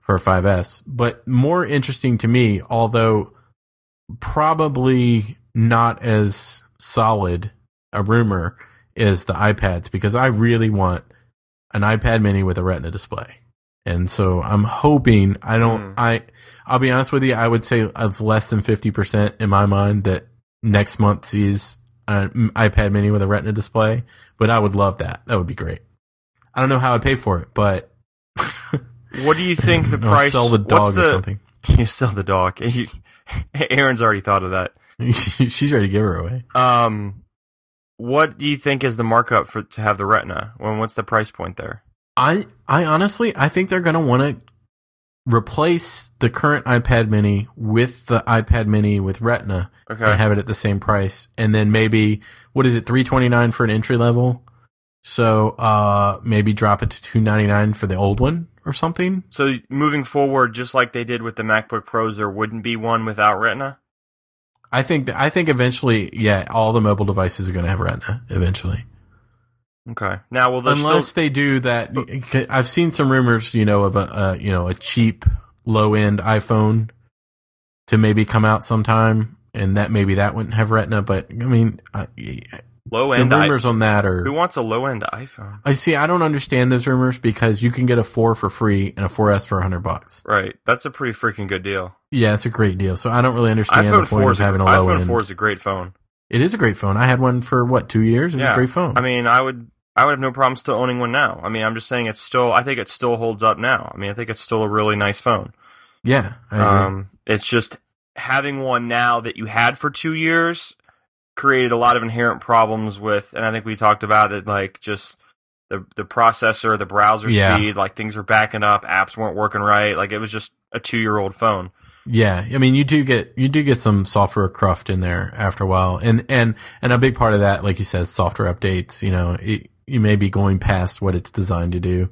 for a 5S. But more interesting to me, although probably not as solid a rumor, is the iPads because I really want an iPad Mini with a Retina display. And so I'm hoping I
Hmm.
don't I I'll be honest with you I would say it's less than 50% in my mind that next month sees an iPad mini with a retina display, but I would love that. That would be great. I don't know how I'd pay for it, but
what do you think the
I'll
price?
sell the
what's
dog or
the-
something.
You sell the dog. Aaron's already thought of that.
She's ready to give her away.
Um, what do you think is the markup for to have the retina? When what's the price point there?
I I honestly I think they're gonna want to replace the current iPad mini with the iPad mini with retina and
Okay,
have it at the same price. And then maybe what is it, three twenty nine for an entry level? So uh maybe drop it to two ninety nine for the old one or something.
so moving forward, just like they did with the MacBook Pros, there wouldn't be one without retina.
I think I think eventually, yeah, all the mobile devices are going to have Retina eventually,
Okay, now will there
unless
still Oh.
they do that. I've seen some rumors, you know, of a, a you know a cheap low end iPhone to maybe come out sometime, and that maybe that wouldn't have Retina. But I mean, I, the
low end? I-
rumors on that are
who wants a low end iPhone?
I see. I don't understand those rumors because you can get a four for free and a 4S for hundred bucks.
Right, that's a pretty freaking good deal.
Yeah, it's a great deal. So I don't really understand
iPhone
the point
four
of
is a-
having a low
iPhone
end.
four is a great phone.
It is a great phone. I had one for what two years. It was
Yeah.
a great phone.
I mean, I would I would have no problem still owning one now. I mean, I'm just saying it's still I think it still holds up now. I mean, I think it's still a really nice phone.
yeah, I agree.
Um, it's just having one now that you had for two years created a lot of inherent problems with, and I think we talked about it, like just the the processor, the browser
Yeah.
speed, like things were backing up, apps weren't working right, like it was just a two year old phone.
Yeah, I mean, you do get you do get some software cruft in there after a while, and and and a big part of that, like you said, software updates. You know, it, you may be going past what it's designed to do.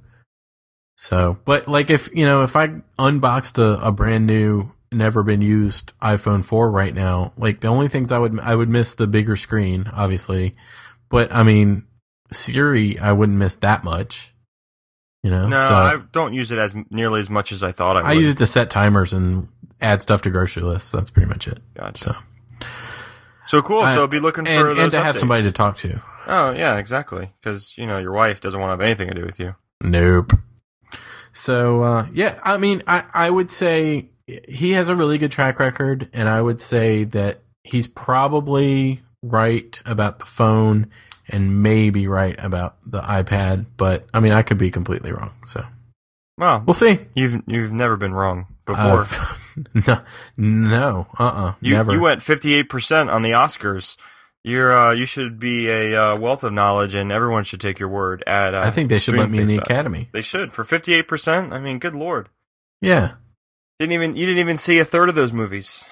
So, but like if you know, if I unboxed a, a brand new, never been used iPhone four right now, like the only things I would I would miss the bigger screen, obviously, but I mean Siri, I wouldn't miss that much. You know,
No,
Oh, so
I don't use it as nearly as much as I thought I would.
I use it to set timers and add stuff to grocery lists. That's pretty much it.
Gotcha.
So.
So. cool.
I-
so be looking for
and,
those
and to have
updates.
somebody to talk to.
Oh yeah, exactly. Because you know your wife doesn't want to have anything to do with you.
Nope. So uh, yeah, I mean, I I would say he has a really good track record, and I would say that he's probably right about the phone, and maybe right about the iPad. But I mean, I could be completely wrong. So
Well,
We'll see.
you've you've never been wrong before.
Uh, no, no, uh, uh
you
never.
you went 58% on the Oscars. You're uh, you should be a uh, wealth of knowledge, and everyone should take your word. At uh,
I think they should
Extreme
let me in the
Face Value.
academy.
They should for 58%. I mean, good lord.
Yeah,
Didn't even you didn't even see a third of those movies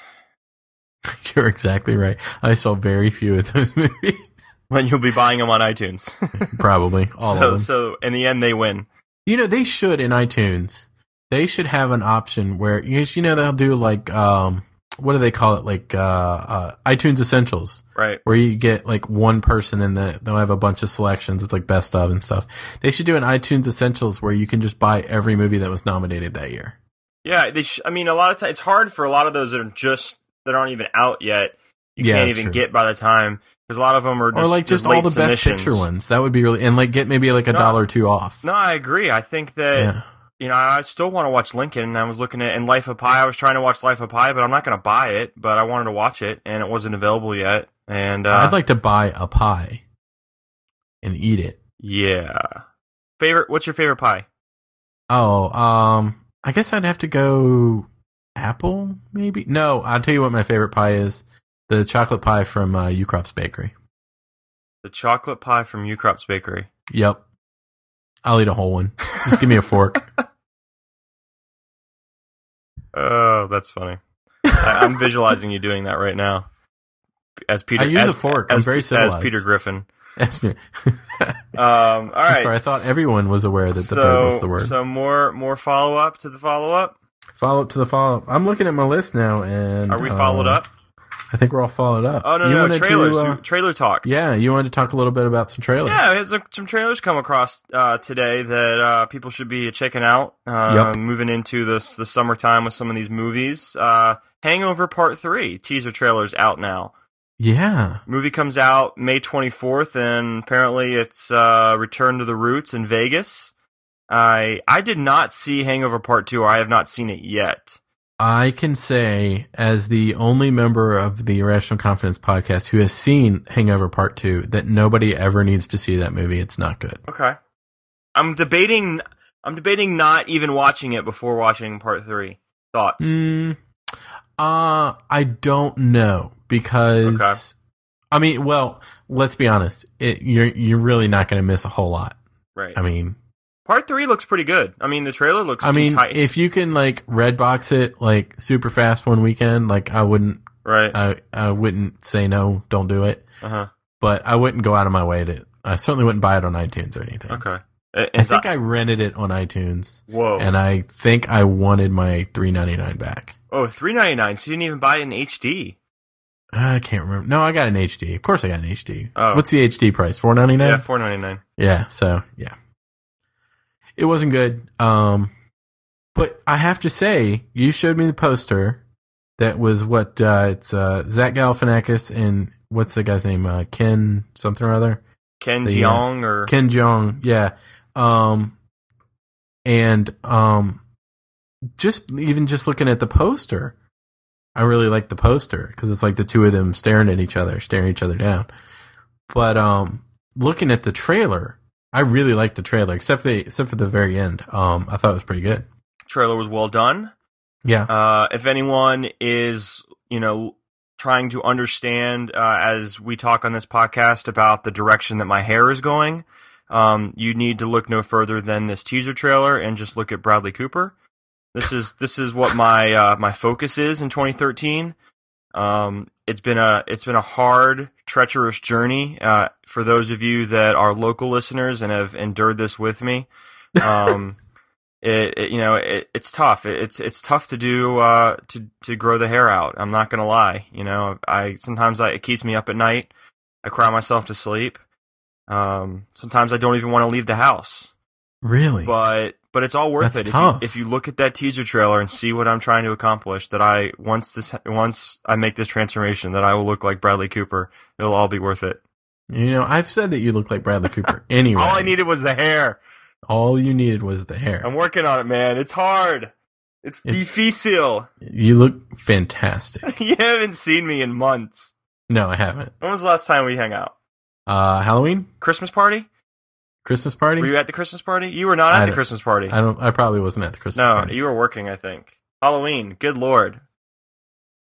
you're exactly right. I saw very few of those movies.
when you'll be buying them on iTunes.
Probably all
so
of them.
so in the end, they win.
You know, they should in iTunes. They should have an option where you you know they'll do like um what do they call it like uh, uh iTunes Essentials
Right.
where you get like one person and the, they'll have a bunch of selections. It's like best of and stuff. They should do an iTunes Essentials where you can just buy every movie that was nominated that year.
Yeah, they sh- I mean, a lot of times it's hard for a lot of those that are just that aren't even out yet. You
Yeah,
can't
that's
even
true.
get by the time because a lot of them are just,
or like just
late
all the best
submissions.
picture ones. That would be really and like get maybe like a
No.
dollar or two off.
No, I agree. I think that
yeah.
you know I still want to watch Lincoln. And I was looking at and Life of Pi. I was trying to watch Life of Pi, but I'm not going to buy it. But I wanted to watch it, and it wasn't available yet. And uh,
I'd like to buy a pie and eat it.
yeah, favorite. What's your favorite pie?
Oh, um, I guess I'd have to go apple, maybe. No, I'll tell you what my favorite pie is: the chocolate pie from uh, Ucrop's Bakery.
The chocolate pie from Ucrop's Bakery.
Yep, I'll eat a whole one. Just give me a fork.
Oh, that's funny. I, I'm visualizing you doing that right now. As Peter,
I use
as,
a fork. I'm
as-
very
As
civilized.
Peter Griffin.
That's me.
Um, all
I'm
right.
sorry. I thought everyone was aware that the
so,
bird was the word.
So more more follow up to the follow up.
follow up to the follow up. I'm looking at my list now, and
Are we
um,
followed up?
I think we're all followed up.
Oh no
You
no, no
wanted to,
trailers
uh,
trailer talk.
yeah, you wanted to talk a little bit about some trailers.
Yeah, we had some, some trailers come across uh, today that uh, people should be checking out. Uh,
Yep.
Moving into this the summertime with some of these movies. Uh, Hangover Part Three teaser trailers out now.
yeah.
Movie comes out May 24th, and apparently it's uh, Return to the Roots in Vegas. I I did not see Hangover Part Two, or I have not seen it yet.
I can say, as the only member of the Irrational Confidence podcast who has seen Hangover Part 2, that nobody ever needs to see that movie. It's not good.
Okay, I'm debating. I'm debating not even watching it before watching Part Three. Thoughts?
Mm, uh, I don't know because,
Okay.
I mean, well, let's be honest. It, you're, you're really not going to miss a whole lot.
Right.
I mean,
part Three looks pretty good. I mean, the trailer looks.
I mean,
enticed.
if you can like red box it like super fast one weekend, like I wouldn't,
right.
I, I wouldn't say no, don't do it.
Uh huh.
but I wouldn't go out of my way to. I certainly wouldn't buy it on iTunes or anything.
Okay. Oh. I
I think I rented it on iTunes,
whoa.
and I think I wanted my three ninety nine back.
oh, three ninety nine. So you didn't even buy it in HD.
I can't remember. No, I got an HD. Of course, I got an HD.
Oh.
What's the HD price? Four ninety
Yeah,
nine.
four ninety nine.
Yeah. So yeah, it wasn't good. Um, but I have to say, you showed me the poster. That was what uh, it's uh, Zach Galifianakis and what's the guy's name? Uh, Ken something or other.
Ken
The, uh,
Jeong or
Ken Jeong, yeah. Um and um just even just looking at the poster, I really like the poster cuz it's like the two of them staring at each other, staring each other down. But um looking at the trailer, I really liked the trailer except the except for the very end. Um I thought it was pretty good.
trailer was well done.
Yeah.
Uh, if anyone is, you know, trying to understand uh, as we talk on this podcast about the direction that my hair is going, um, you need to look no further than this teaser trailer and just look at Bradley Cooper. This is this is what my uh, my focus is in 2013. Um, it's been a it's been a hard, treacherous journey uh, for those of you that are local listeners and have endured this with me. Um, it, it- you know it, it's tough. It, it's it's tough to do uh, to to grow the hair out. I'm not gonna lie. You know, I sometimes I, it keeps me up at night. I cry myself to sleep. Um, sometimes I don't even want to leave the house
Really?
but but it's all worth
That's
it. If,
tough.
you, if you look at that teaser trailer and see what I'm trying to accomplish, that I once this once I make this transformation, that I will look like Bradley Cooper. It'll all be worth it.
you know, I've said that you look like Bradley Cooper anyway.
All I needed was the hair.
all you needed was the hair.
I'm working on it, man. It's hard. It's
It-
difficile.
you look fantastic.
you haven't seen me in months.
No, I haven't.
When was the last time we hung out?
Uh Halloween?
Christmas party?
Christmas party.
Were you at the Christmas party? You were not
I
at the
don't-
Christmas party.
I don't. I probably wasn't at the Christmas
No,
party.
you were working. I think Halloween. Good lord.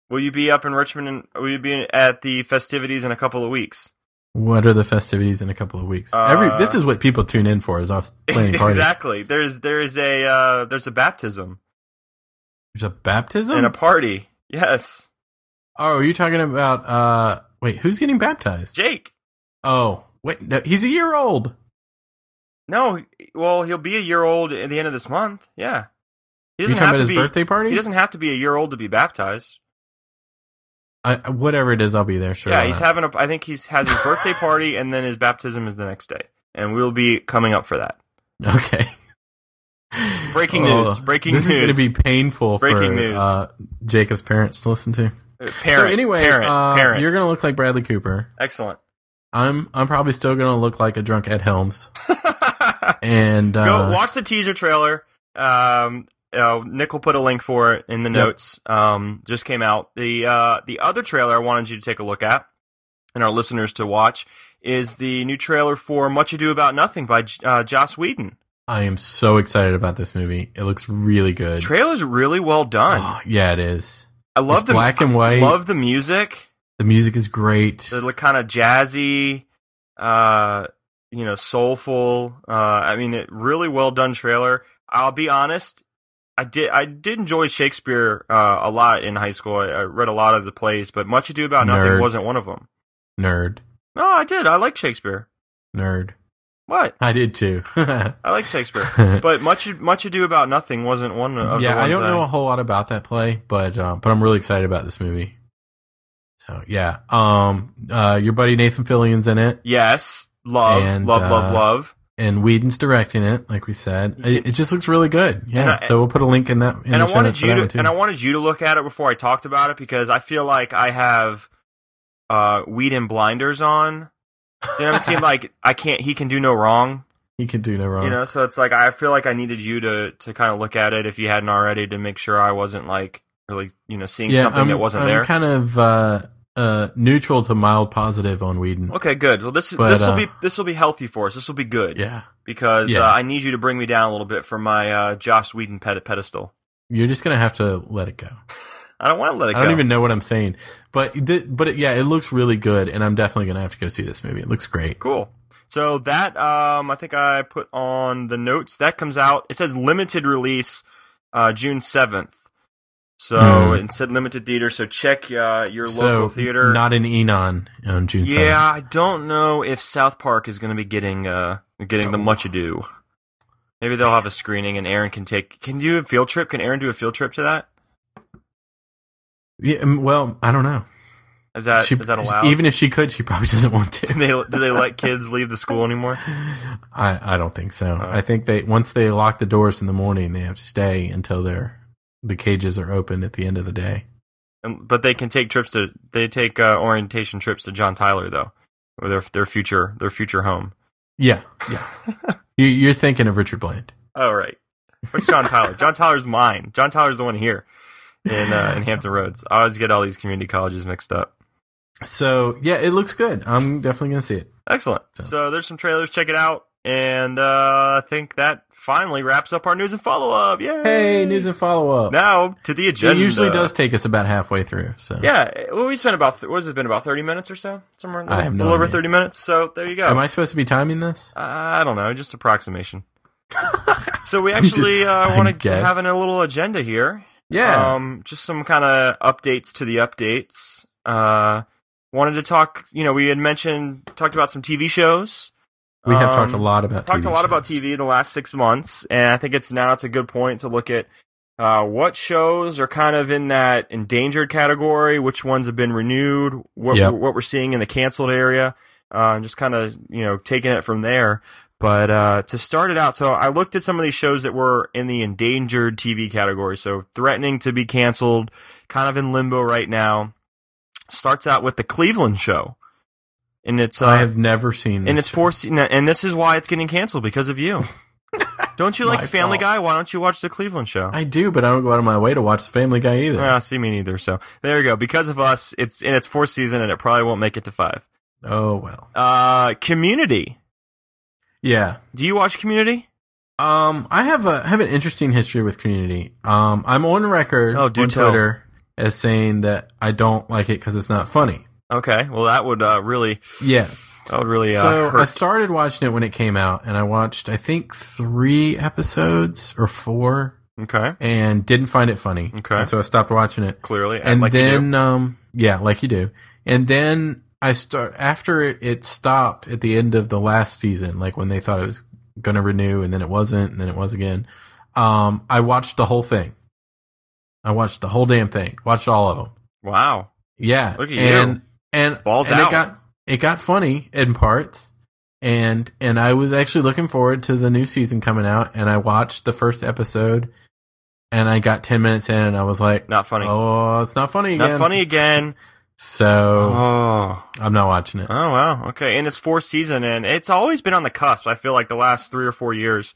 Will you be up in Richmond? And will you be in- at the festivities in a couple of weeks?
what are the festivities in a couple of weeks?
Uh,
Every this is what people tune in for is us playing parties.
exactly. There's there's a uh, there's a baptism
There's a baptism.
and a party. Yes,
oh, are you talking about? uh Wait, who's getting baptized?
Jake.
oh, wait, no, he's a year old.
No, well, he'll be a year old at the end of this month. Yeah, he
You
doesn't
talking
have
about
to
his
be.
birthday party?
He doesn't have to be a year old to be baptized.
I, whatever it is, I'll be there. Sure.
yeah,
why
he's
not?
having a. I think he's has his birthday party, and then his baptism is the next day, and we'll be coming up for that.
okay.
Breaking
Oh,
news! Breaking
this
news!
is going to be painful
Breaking
for
news.
Uh, Jacob's parents to listen to.
Uh, Parent.
so anyway,
parent.
uh,
parent.
you're going to look like Bradley Cooper.
Excellent.
I'm I'm probably still going to look like a drunk Ed Helms. And uh,
Go watch the teaser trailer. Um, uh, Nick will put a link for it in the
Yep.
notes. Um, just came out. The uh, the other trailer I wanted you to take a look at, and our listeners to watch, is the new trailer for Much Ado About Nothing by J- uh, Joss Whedon.
I am so excited about this movie. It looks really good.
Trailer's really well done.
Oh, yeah, it is.
I love
it's
the
black and
I
white.
love the music.
the music is great.
The kind of jazzy, uh, you know, soulful. Uh, I mean, it really well done trailer. I'll be honest, I did I did enjoy Shakespeare uh, a lot in high school. I, I read a lot of the plays, but Much Ado About
Nerd.
Nothing wasn't one of them.
Nerd,
No, I did. I like Shakespeare.
nerd.
What?
I did too.
I like Shakespeare, but much Much Ado About Nothing wasn't one of the
yeah,
ones
I don't know a whole lot about that play, but uh, but I'm really excited about this movie. So yeah, um, uh, your buddy Nathan Fillion's in it,
Yes, love,
And,
love,
uh,
love, love.
and Whedon's directing it. Like we said,
You
it,
can-
it just looks really good. Yeah,
And I-
so we'll put a link in that.
and
In the
I
show notes
wanted
for
you
that one,
to
too.
and I wanted you to look at it before I talked about it because I feel like I have uh weed and blinders on. You know what I'm saying? like I can't he can do no wrong.
you can do no wrong.
You know, so it's like I feel like I needed you to to kind of look at it if you hadn't already to make sure I wasn't like really, you know, seeing
yeah,
something
I'm,
that wasn't
I'm
there.
kind of uh, uh, neutral to mild positive on Whedon.
okay, good. Well this
But,
this will
uh,
be this will be healthy for us. This will be good.
Yeah,
Because
Yeah.
uh, I need you to bring me down a little bit from my uh Josh Whedon ped- pedestal.
you're just gonna have to let it go.
I don't want to let it
I
go.
don't even know what I'm saying, but th- but it, yeah, it looks really good, and I'm definitely gonna have to go see this movie. It looks great.
Cool. So that um, I think I put on the notes. That comes out. It says limited release uh, June seventh. So
Hmm.
it said limited theater. So check uh, your
so
local theater.
not in Enon on June.
yeah, I don't know if South Park is going to be getting uh, getting the
Oh.
much ado. Maybe they'll have a screening, and Aaron can take. Can you do a field trip? Can Aaron do a field trip to that?
7th. Yeah, um, well, I don't know.
Is that Uh, is
She-
that allowed?
Even if she could, she probably doesn't want
do
to.
they do they let kids leave the school anymore?
I I don't think so.
Uh.
I think they once they lock the doors in the morning, they have to stay until their the cages are open at the end of the day.
Um, but they can take trips to they take uh, orientation trips to John Tyler though, or their their future their future home.
Yeah, yeah. you, you're thinking of Richard Bland.
All Oh, right, what's John Tyler? John Tyler's mine. John Tyler's the one here in uh, in Hampton Roads. I always get all these community colleges mixed up.
So yeah, it looks good. I'm definitely gonna see it.
Excellent.
So-
So there's some trailers. Check it out, and uh, I think that finally wraps up our news and follow up. Yay!
Hey, news and follow up.
now to the
it
agenda.
usually does take us about halfway through. So
Yeah, well, we spent about what has it been about thirty minutes or so, somewhere a
I have no
little over
idea.
thirty minutes. So there you go.
Am I supposed to be timing this?
I don't know, just approximation. so we actually uh,
I
want to
guess.
have an- a little agenda here.
Yeah.
Um, just some kind of updates to the updates. Uh, wanted to talk. You know, we had mentioned talked about some TV shows.
we have
Um,
talked a lot about
Talked
TV
a lot about
shows.
TV the last six months, and I think it's now it's a good point to look at uh, what shows are kind of in that endangered category, which ones have been renewed, what
Yep.
what we're seeing in the canceled area, uh, and just kind of you know taking it from there. But uh, to start it out, so I looked at some of these shows that were in the endangered TV category, so threatening to be canceled, kind of in limbo right now. Starts out with the Cleveland show, and it's uh,
I have never seen.
and
this
it's four se- and this is why it's getting canceled because of you. don't you like
My
Family
fault.
Guy? Why don't you watch the Cleveland Show?
I do, but I don't go out of my way to watch Family Guy either.
Ah, see me neither. So there you go. Because of us, it's in its fourth season, and it probably won't make it to five.
oh well.
Uh, Community.
Yeah.
Do you watch Community?
Um, I have a have an interesting history with Community. Um, I'm on record
Oh,
on
do tell.
Twitter as saying that I don't like it because it's not funny.
Okay, well that would uh, really
Yeah.
that would really uh,
So I
hurt.
started watching it when it came out, and I watched I think three episodes or four,
okay,
and didn't find it funny.
Okay.
And so I stopped watching it.
clearly,
and
like you do.
then um yeah like you do and then i start after it, it stopped at the end of the last season like when they thought it was gonna renew and then it wasn't and then it was again um i watched the whole thing i watched the whole damn thing watched all of them
wow,
yeah
Look at
and
you.
and
Balls
and
out.
it got it got funny in parts and and i was actually looking forward to the new season coming out and i watched the first episode and i got 10 minutes in and i was like
not funny,
Oh, it's not funny again.
not funny again.
So
Oh,
I'm not watching it.
oh wow, okay, and it's fourth season, and it's always been on the cusp. I feel like the last three or four years,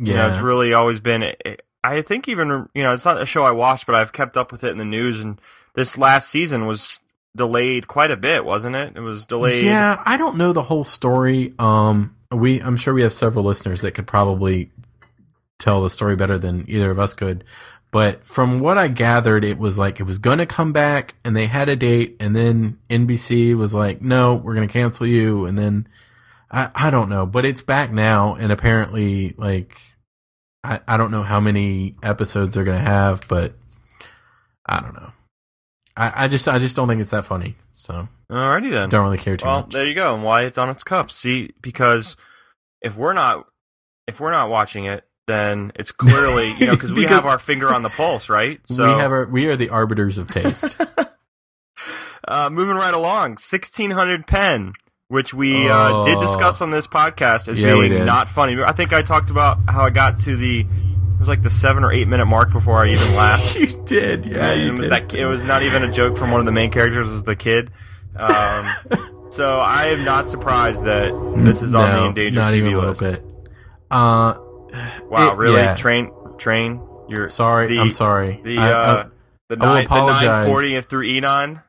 Yeah,
you know, it's really always been. It, it- I think even you know, it's not a show I watched, but I've kept up with it in the news, and this last season was delayed quite a bit, wasn't it? It was delayed.
yeah. I don't know the whole story. Um, we I'm sure we have several listeners that could probably tell the story better than either of us could. But from what I gathered, it was like it was going to come back, and they had a date, and then NBC was like, "No, we're going to cancel you," and then I I don't know, but it's back now, and apparently like. I, I don't know how many episodes they're gonna have, but I don't know. I, I just I just don't think it's that funny. So
Alrighty then.
don't really care too
well,
much.
there you go, and why it's on its cup. See, because if we're not if we're not watching it, then it's clearly you know because we
Because-
have our finger on the pulse, right? So
we have our, we are the arbiters of taste.
uh, moving right along, sixteen hundred pen, which we uh,
Oh.
did discuss on this podcast as
Yeah, we
being
did.
not funny. I think I talked about how I got to the it was like the seven or eight minute mark before I even laughed.
you did, yeah,
it was that it was not even a joke from one of the main characters it was the kid um, so i am not surprised that this is on the endangered
Mm, not
tv
even a little
list
bit. Uh,
wow
It-
really
yeah.
train train you're
sorry,
the,
I'm sorry.
the
I- I-
uh, the,
I will
nine, the
apologize.
940 through E enon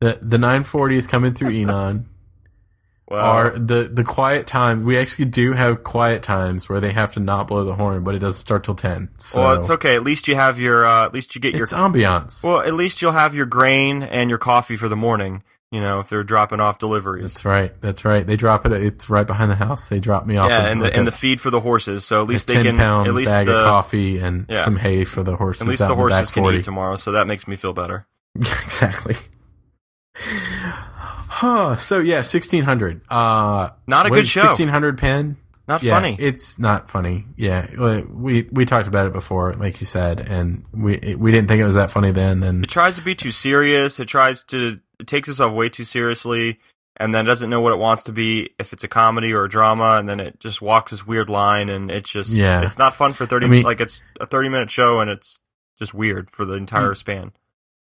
the the 940 is coming through Enon.
well,
Are the the quiet time? We actually do have quiet times where they have to not blow the horn, but it doesn't start till 10. So
well it's okay at least you have your uh, at least you get your
it's ambiance.
well at least you'll have your grain and your coffee for the morning you know if they're dropping off deliveries
That's right. That's right. They drop it. It's right behind the house. They drop me off.
yeah and
like
the, and
a-
the feed for the horses so at
a
least they
ten
can
pound
at least
bag of
the
coffee and
Yeah.
some hay for the horses.
at least
out
the
in the
horses
back
can
40.
eat tomorrow so that makes me feel better
exactly. Huh. So yeah, sixteen hundred. Uh,
Not a good show.
Sixteen hundred pen.
Not
Yeah,
funny.
It's not funny. Yeah, like, we we talked about it before, like you said, and we it- we didn't think it was that funny then,
it
and
tries to be too serious. It tries to it takes itself way too seriously, and then doesn't know what it wants to be if it's a comedy or a drama, and then it just walks this weird line, and it's just
Yeah.
it's not fun for thirty.
I mean-
like it's a thirty minute show, and it's just weird for the entire
Mm.
span.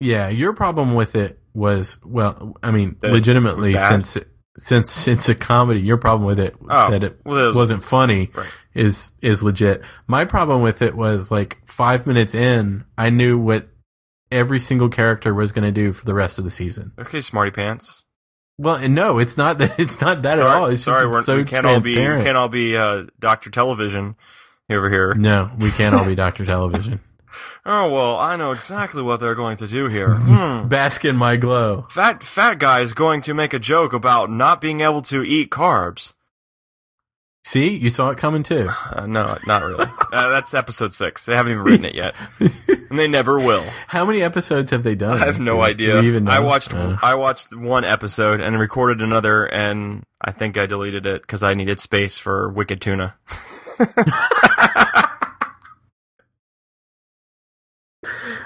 yeah, your problem with it was well, I mean,
That it was
legitimately
bad?
since it, since since a comedy, your problem with it
Oh,
that it
well, it was-
wasn't funny
Right.
is is legit. My problem with it was like five minutes in, I knew what every single character was going to do for the rest of the season.
Okay, smarty pants.
Well, and no, it's not that. It's not that
sorry,
at all. It's
sorry,
just it's so
we're, we can't all be
transparent. Mm.
we can't all be uh, Doctor Television over here.
no, we can't all be Doctor Television.
Oh well, I know exactly what they're going to do here. Hmm.
Bask in my glow.
Fat fat guy is going to make a joke about not being able to eat carbs.
See, you saw it coming too.
Uh, no, not really. uh, that's episode six. They haven't even written it yet, and they never will.
How many episodes have they done?
I have
Do
no
we-
idea.
do we even
I
know?
watched
Uh,
I watched one episode and recorded another, and I think I deleted it because I needed space for Wicked Tuna.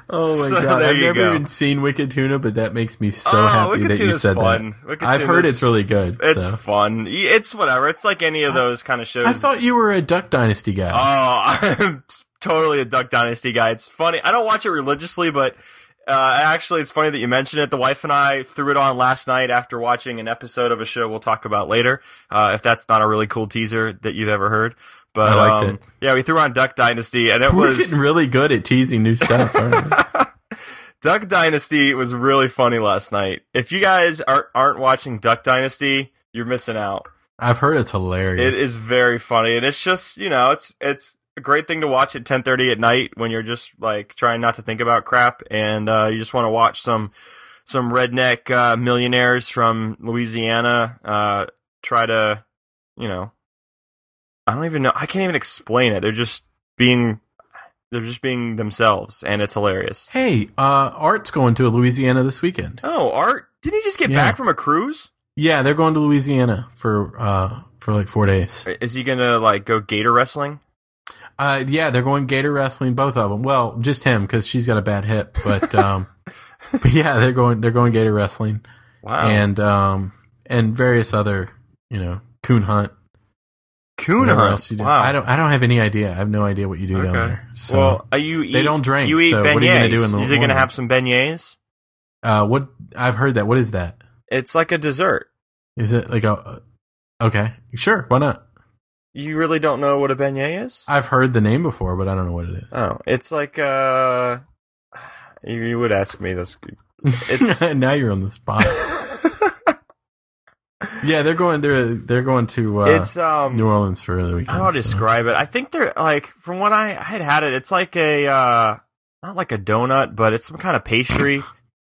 oh my
So
god!
there
I've
you
never
go.
even seen Wicked Tuna, but that makes me so
Oh,
happy
Wicked
that you
Tuna's
said
fun.
that.
Wicked
I've heard
Tuna's-
it's really good.
It's
so.
fun. Y- It's whatever. It's like any of those kind of shows.
I thought you were a Duck Dynasty guy.
Oh, I'm totally a Duck Dynasty guy. It's funny. I don't watch it religiously, but uh, actually, it's funny that you mention it. The wife and I threw it on last night after watching an episode of a show we'll talk about later. Uh, if that's not a really cool teaser that you've ever heard, but
I liked
um,
it.
yeah, we threw on Duck Dynasty, and it
We're
was
getting really good at teasing new stuff. aren't we?
Duck Dynasty was really funny last night. If you guys are, aren't watching Duck Dynasty, you're missing out.
I've heard it's hilarious.
It is very funny, and it's just you know, it's it's a great thing to watch at ten thirty at night when you're just like trying not to think about crap, and uh, you just want to watch some some redneck uh, millionaires from Louisiana uh, try to, you know, I don't even know, I can't even explain it. They're just being they're just being themselves, and it's hilarious.
Hey, uh, Art's going to Louisiana this weekend.
Oh, Art, didn't he just get
Yeah.
back from a cruise?
Yeah, they're going to Louisiana for uh for like four days.
Is he gonna like go gator wrestling?
Uh, yeah, they're going gator wrestling, both of them. Well, just him because she's got a bad hip, but um, but yeah, they're going they're going gator wrestling
Wow,
and um and various other you know coon hunt.
coon
whatever
hunt.
else you do.
Uh-huh. Wow.
I don't I don't have any idea. I have no idea what you do down
Okay.
there. So
well, are you eat,
they don't drink.
You eat
so
beignets.
what are you gonna do in the
You're
morning?
gonna have some beignets.
uh, what I've heard that. What is that?
It's like a dessert.
Is it like a okay? Sure, why not?
You really don't know what a beignet is?
I've heard the name before, but I don't know what it is.
oh, it's like uh, you, you would ask me this. It's-
now you're on the spot. yeah, they're going. They're they're going to uh,
it's um.
New Orleans for the weekend.
How do I
so-
describe it? I think they're like from what I I had had it. It's like a uh, not like a donut, but it's some kind of pastry.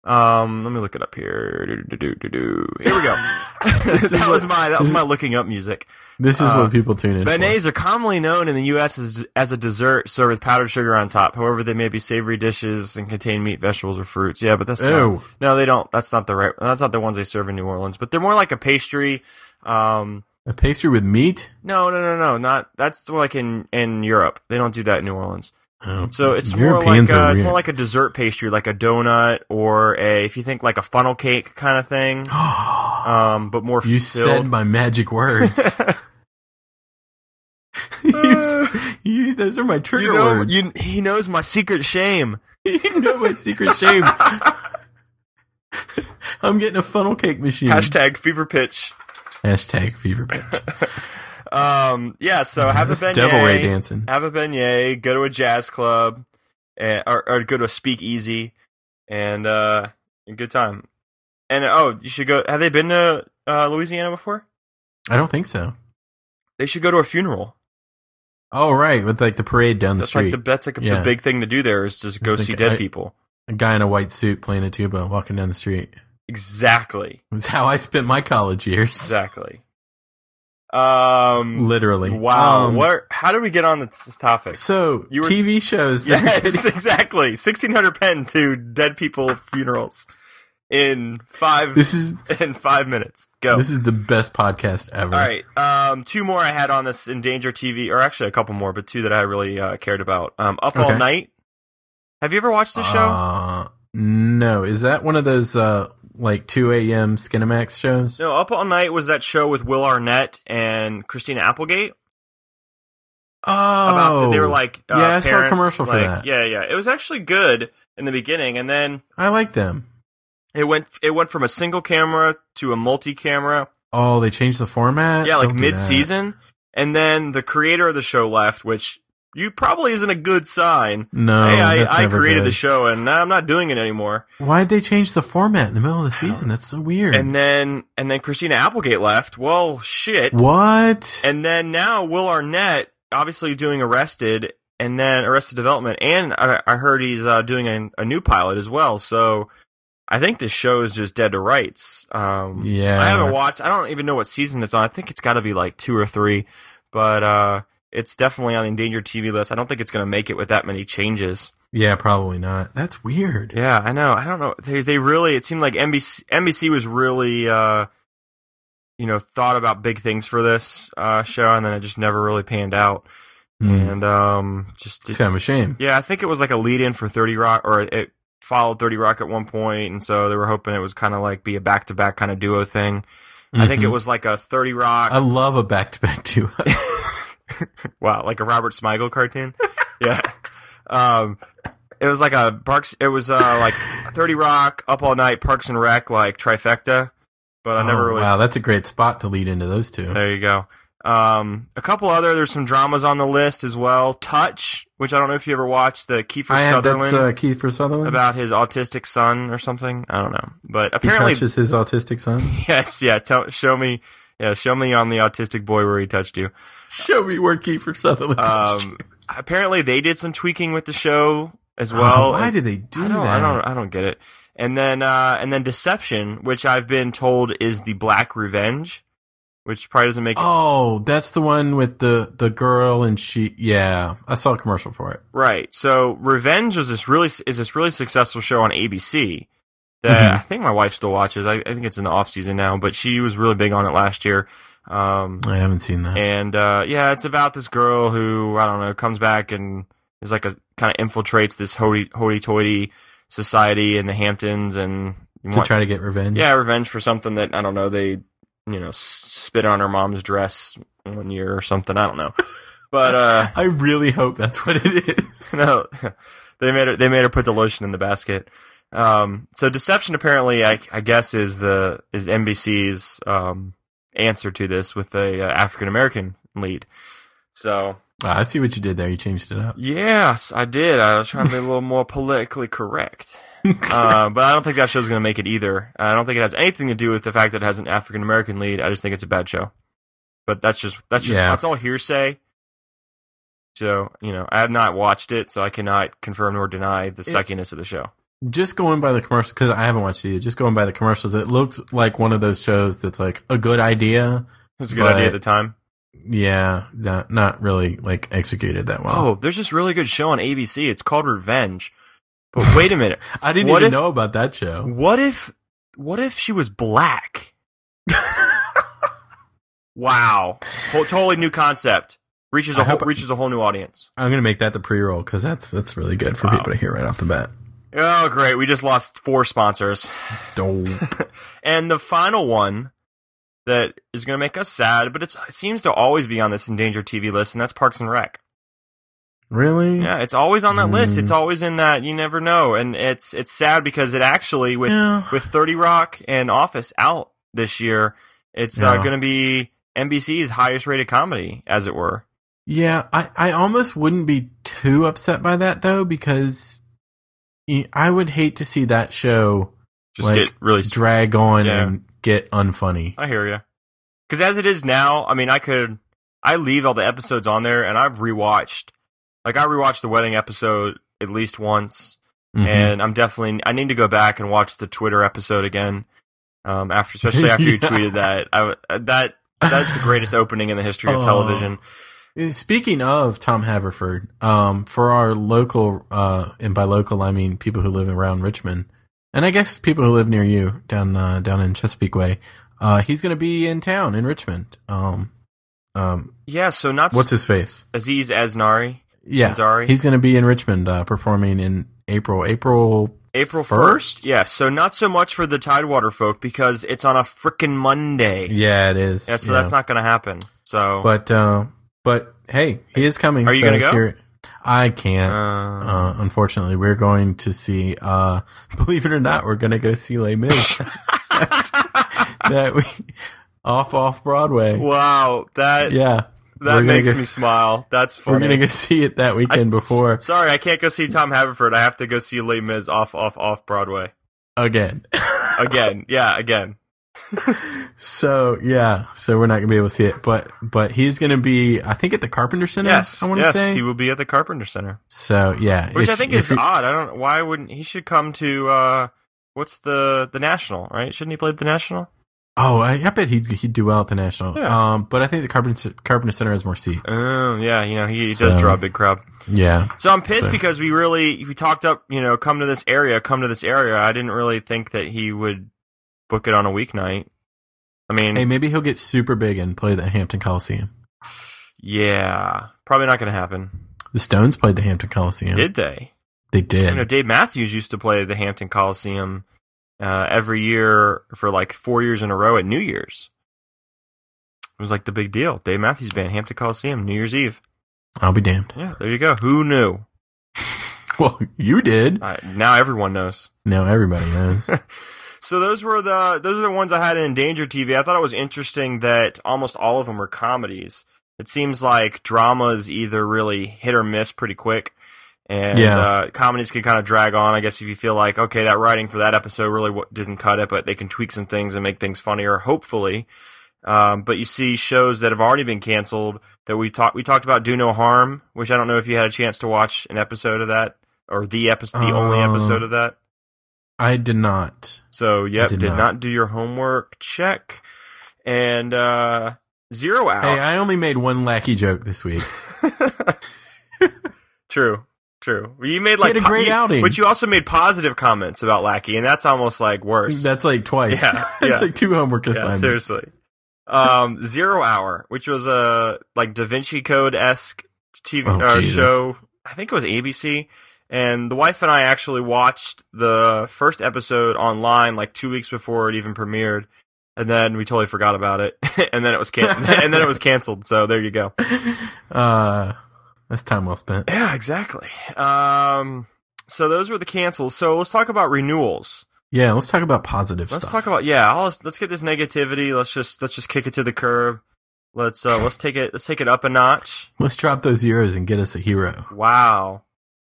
Um, let me look it up here. Do-do-do-do-do. Here we go.
This is
that was
what-
my that
this
was
is-
my looking up music.
This is
Uh,
what people tune in. for.
Beignets are commonly known in the U.S. as, as a dessert served with powdered sugar on top. However, they may be savory dishes and contain meat, vegetables, or fruits. Yeah, but that's not,
Ew.
no, they don't. That's not the right. That's not the ones they serve in New Orleans. But they're more like a pastry. Um,
A pastry with meat.
no, no, no, no, not that's more like in in Europe. They don't do that in New Orleans.
Oh,
So it's
Europeans
more
are
like a, it's
weird.
more like a dessert pastry, like a donut or a if you think like a funnel cake kind of thing. Um, but more
you
filled.
said my magic words. you, s- you, those are my trigger
you know,
words.
you, he knows my secret shame.
you know my secret shame. I'm getting a funnel cake machine.
Hashtag fever pitch.
Hashtag fever pitch.
Um, yeah. So have a
That's devilry
beignet.
dancing.
Have a beignet. Go to a jazz club, and, or, or go to a speakeasy, and uh, a good time. And oh, you should go. Have they been to uh, Louisiana before?
I don't think so.
They should go to a funeral.
Oh right, with like the parade down the
That's
street,
like the that's like the
Yeah.
big thing to do there is just go
think
see dead
I-
people.
a guy in a white suit playing a tuba walking down the street.
Exactly.
That's how I spent my college years.
Exactly. Um.
Literally.
Wow.
Um,
what? How did we get on this topic?
So
You were-
TV shows. that-
Yes, exactly. 1600 pen to dead people funerals in five
This is
in five minutes. Go.
this is the best podcast ever.
All right. Um, two more I had on this Endanger TV, or actually a couple more, but two that I really uh, cared about. Um, Up All
Okay.
Night. Have you ever watched this show?
Uh, no, is that one of those uh like two a.m. Skinamax shows?
No, Up All Night was that show with Will Arnett and Christina Applegate.
Oh,
About they were like uh,
yeah, I saw a
parents,
commercial for
like-
that.
Yeah, yeah. It was actually good in the beginning, and then
I like them.
it went it went from a single camera to a multi camera.
Oh, they changed the format.
yeah, like
Don't do that.
mid season, and then the creator of the show left, which you probably isn't a good sign.
No,
hey,
that's
I, I
never
created
good.
the show, and now I'm not doing it anymore.
Why did they change the format in the middle of the
don't
season? That's so weird.
And then and then Christina Applegate left. Well, shit.
what?
And then now Will Arnett, obviously doing Arrested, and then Arrested Development, and I, I heard he's uh, doing a, a new pilot as well. So I think this show is just dead to rights. Um,
yeah,
I haven't watched. I don't even know what season it's on. I think it's got to be like two or three, but uh, it's definitely on the endangered TV list. I don't think it's going to make it with that many changes.
Yeah, probably not. That's weird.
Yeah, I know. I don't know. They they really. It seemed like NBC NBC was really uh, you know, thought about big things for this uh, show, and then it just never really panned out.
Mm.
And um, just
It's kind of a shame.
yeah, I think it was like a lead in for Thirty Rock, or it followed Thirty Rock at one point, and so they were hoping it was kind of like be a back to back kind of duo thing. I think it
Mhm.
was like a Thirty Rock.
I love a back-to-back duo.
wow, like a Robert Smigel cartoon. yeah. Um, it was like a Parks. It was uh, like Thirty Rock, Up All Night, Parks and Rec, like trifecta. But I never
Oh,
really.
Wow, that's a great spot to lead into those two.
There you go. Um, a couple other. There's some dramas on the list as well. Touch, which I don't know if you ever watched the Kiefer
I have
Sutherland
that's uh, Keith for Sutherland.
about his autistic son or something. I don't know, but
he
apparently
touches his autistic son.
Yes, yeah. Tell, show me, yeah, show me on the autistic boy where he touched you.
Show me where Kiefer Sutherland touched you.
Um, apparently they did some tweaking with the show as well.
Oh, why
And-
did they do
I don't,
that?
I don't, I don't get it. And then, uh, and then Deception, which I've been told is the Black Revenge, which probably doesn't make
Oh, that's the one with the the girl and she. Yeah, I saw a commercial for it.
Right. So Revenge is this really is this really successful show on ABC that
Mhm.
I think my wife still watches. I, I think it's in the off season now, but she was really big on it last year. Um,
I haven't seen that.
and uh, yeah, it's about this girl who I don't know comes back and is like a kind of infiltrates this hoity toity society in the Hamptons and
to try to get revenge.
yeah, revenge for something that I don't know. They, you know, s- spit on her mom's dress one year or something. I don't know, but uh,
I really hope that's what it is.
no, they made her. They made her put the lotion in the basket. Um, so deception apparently, I, I guess, is the is NBC's um, answer to this with a uh, African American lead. So
Ah, I see what you did there. You changed it up.
yes, I did. I was trying to be a little more politically correct, uh, but I don't think that show's going to make it either. I don't think it has anything to do with the fact that it has an African American lead. I just think it's a bad show. But that's just that's just
Yeah.
that's all hearsay. So you know, I have not watched it, so I cannot confirm nor deny the suckiness of the show.
just going by the commercials, because I haven't watched it either. Just going by the commercials, it looks like one of those shows that's like a good idea.
It was a good
But-
idea at the time.
Yeah, not not really like executed that well.
Oh, there's this really good show on ABC. It's called Revenge. But wait a minute,
I didn't
what
even
if-
know about that show.
what if what if she was black? wow, Whole, totally new concept. Reaches
I
a whole,
hope-
reaches a whole new audience.
I'm gonna make that the pre-roll because that's that's really good for
Wow.
people to hear right off the bat.
Oh, great! We just lost four sponsors.
Dope.
And the final one that is going to make us sad, but it's, it seems to always be on this endangered TV list, and that's Parks and Rec.
really?
Yeah, it's always on that list.
Mm.
It's always in that you never know, and it's it's sad because it actually with
Yeah.
with Thirty Rock and Office out this year, it's uh,
Yeah.
going to be NBC's highest rated comedy, as it were.
Yeah, I, I almost wouldn't be too upset by that though because y- I would hate to see that show
Just
Like,
get really.
drag on
Yeah.
and get unfunny.
I hear you. Because as it is now, I mean, I could I leave all the episodes on there, and I've rewatched. Like I rewatched the wedding episode at least once.
Mhm.
and I'm definitely I need to go back and watch the Twitter episode again. Um, after especially after you
Yeah.
tweeted that, I w that that's the greatest opening in the history of
Oh.
television.
Uh, Speaking of Tom Haverford, um, for our local, uh, and by local I mean people who live around Richmond, and I guess people who live near you down uh, down in Chesapeake Way, uh, he's going to be in town in Richmond. Um, um,
Yeah, so not
what's his face?
Aziz Asnari,
Yeah,
Ansari?
he's going to be in Richmond uh, performing in April. April
April
First?
first. Yeah, so not so much for the Tidewater folk because it's on a frickin' Monday. Yeah,
Yeah, it is.
so that's not gonna happen. So
But uh, but hey, he is coming.
Are you
so
gonna
if
go?
you're- I can't.
uh,
Uh, unfortunately, we're going to see. Uh, believe it or not, we're going to go see Les Mis that we off off Broadway.
wow, that
Yeah,
that
we're gonna
makes
go-
me smile. That's funny.
we're going to go see it that weekend before
Sorry, I can't go see Tom Haverford. I have to go see Les Mis off off off Broadway.
again.
again. Yeah, again.
so yeah, so we're not going to be able to see it, but but he's going to be, I think, at the Carpenter Center.
Yes,
I want to
yes,
say.
he will be at the Carpenter Center,
so yeah,
which
if-
I think
if
is
you-
odd. I don't. Why wouldn't he should come to uh, what's the the National? Right? Shouldn't he play at the National?
Oh, I, I bet he'd he'd do well at the National.
Yeah.
Um, but I think the Carpenter Carpenter Center has more seats.
Oh, yeah. You know, he, he
So-
does draw a big crowd.
yeah.
So I'm pissed
So-
because we really we talked up. You know, come to this area, come to this area. I didn't really think that he would book it on a weeknight. I mean,
Hey, maybe he'll get super big and play the Hampton Coliseum.
yeah, probably not going to happen.
The Stones played the Hampton Coliseum.
Did they?
They
You know,
did.
Dave Matthews used to play the Hampton Coliseum uh, every year for like four years in a row at New Year's. It was like the big deal. Dave Matthews Band, Hampton Coliseum, New Year's Eve.
I'll be damned.
Yeah, there you go. Who knew?
Well, you did.
All right, now everyone knows.
Now everybody knows.
So those were the those are the ones I had in Endangered TV. I thought it was interesting that almost all of them were comedies. It seems like dramas either really hit or miss pretty quick, and
Yeah.
uh, comedies can kind of drag on. I guess if you feel like okay, that writing for that episode really w- didn't cut it, but they can tweak some things and make things funnier. Hopefully, Um, but you see shows that have already been canceled that we talked we talked about Do No Harm, which I don't know if you had a chance to watch an episode of that or the episode, the only
Uh,
episode of that.
I did not.
So yep,
did
did,
not.
not. do your homework check and uh, zero out.
Hey, I only made one lackey joke this week.
true, true. You made like
had a great
you-
outing.
but you also made positive comments about Lackey, and that's almost like worse.
That's like twice.
Yeah,
it's
yeah.
like two homework
yeah,
assignments.
seriously. Um, Zero Hour, which was a like Da Vinci Code esque TV
Oh,
uh,
Jesus.
show. I think it was ABC. And the wife and I actually watched the first episode online like two weeks before it even premiered, and then we totally forgot about it, and then it was can- and then it was canceled. So there you go.
Uh, that's time well spent.
Yeah, exactly. Um, so those were the cancels. So let's talk about renewals.
Yeah, let's talk about positive
Let's
stuff.
talk about yeah. I'll, let's let's get this negativity. Let's just let's just kick it to the curb. Let's uh let's take it let's take it up a notch.
let's drop those zeros and get us a hero.
Wow,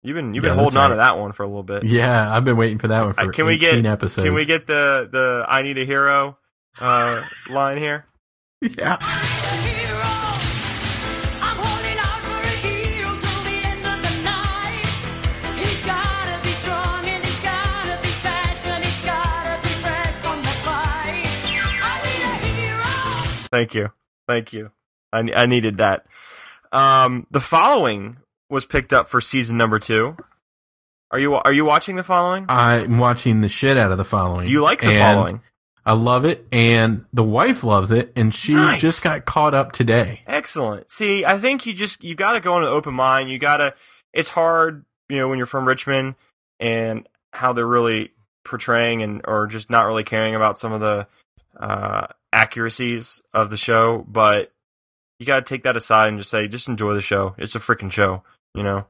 you've been you've
Yeah,
been
that's
holding on to
right.
that one for a little bit.
Yeah, I've been waiting for that one for
Uh, can we get-
18 episodes.
Can we get the the I need a hero uh line here?
Yeah.
Thank you, thank you. I I needed that. Um, the following was picked up for season number two. Are you are you watching the following?
I'm watching the shit out of the following.
you like the
And
following?
I love it, and the wife loves it, and she
Nice.
just got caught up today.
Excellent. See, I think you just you got to go in an open mind. You got to. It's hard, you know, when you're from Richmond and how they're really portraying and or just not really caring about some of the uh, accuracies of the show. But you got to take that aside and just say, just enjoy the show. It's a freaking show, you know.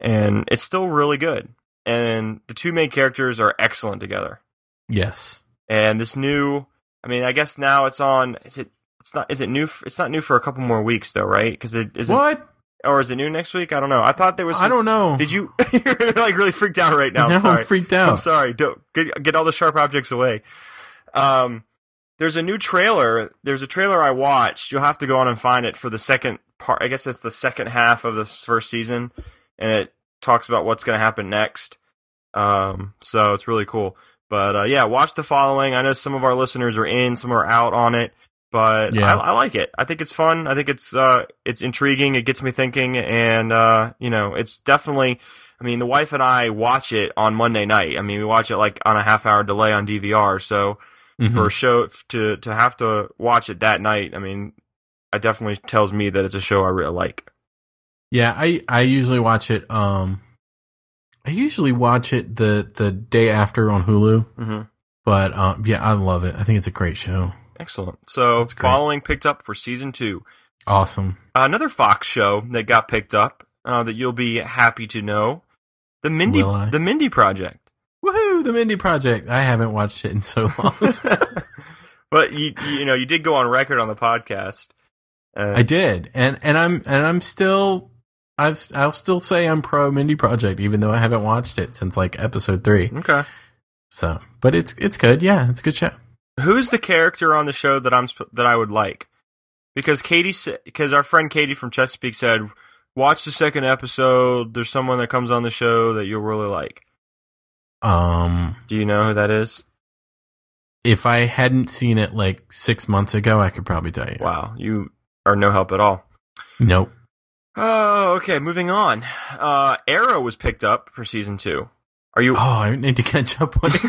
And it's still really good. And the two main characters are excellent together
Yes.
and this new i mean i guess now it's on is it it's not is it new f- it's not new for a couple more weeks though right because it is it,
what?
or is it new next week i don't know i thought there was
I don't know.
did you you're like really freaked out right now
now
i'm sorry
I'm freaked
i'm
out.
sorry don't get, get all the sharp objects away um there's a new trailer there's a trailer i watched you'll have to go on and find it for the second part i guess it's the second half of this first season and it talks about what's going to happen next um so it's really cool but uh, yeah, watch the following. I know some of our listeners are in, some are out on it, but
Yeah.
I, I like it. I think it's fun. I think it's uh, it's intriguing. It gets me thinking, and uh, you know, it's definitely. I mean, the wife and I watch it on Monday night. I mean, we watch it like on a half hour delay on DVR. So
Mhm.
for a show to to have to watch it that night, I mean, it definitely tells me that it's a show I really like.
Yeah, I I usually watch it. Um, I usually watch it the the day after on Hulu.
hmm
But um, yeah, I love it. I think it's a great show.
Excellent. So
That's great.
following picked up for season two.
Awesome.
another Fox show that got picked up uh, that you'll be happy to know the Mindy
Will I?
the Mindy Project.
Woohoo! The Mindy Project. I haven't watched it in so long.
but you you know you did go on record on the podcast. Uh,
I did, and and I'm and I'm still. I've I'll still say I'm pro Mindy Project, even though I haven't watched it since like episode three.
okay.
So, but it's it's good. Yeah, it's a good show.
Who's the character on the show that I'm sp- that I would like? Because Katie because our friend Katie from Chesapeake said watch the second episode. There's someone that comes on the show that you'll really like.
Um,
Do you know who that is?
if I hadn't seen it like six months ago, I could probably tell you.
Wow, you are no help at all.
Nope.
Oh, okay. Moving on. Uh, Arrow was picked up for season two. Are you?
Oh, I need to catch up on it.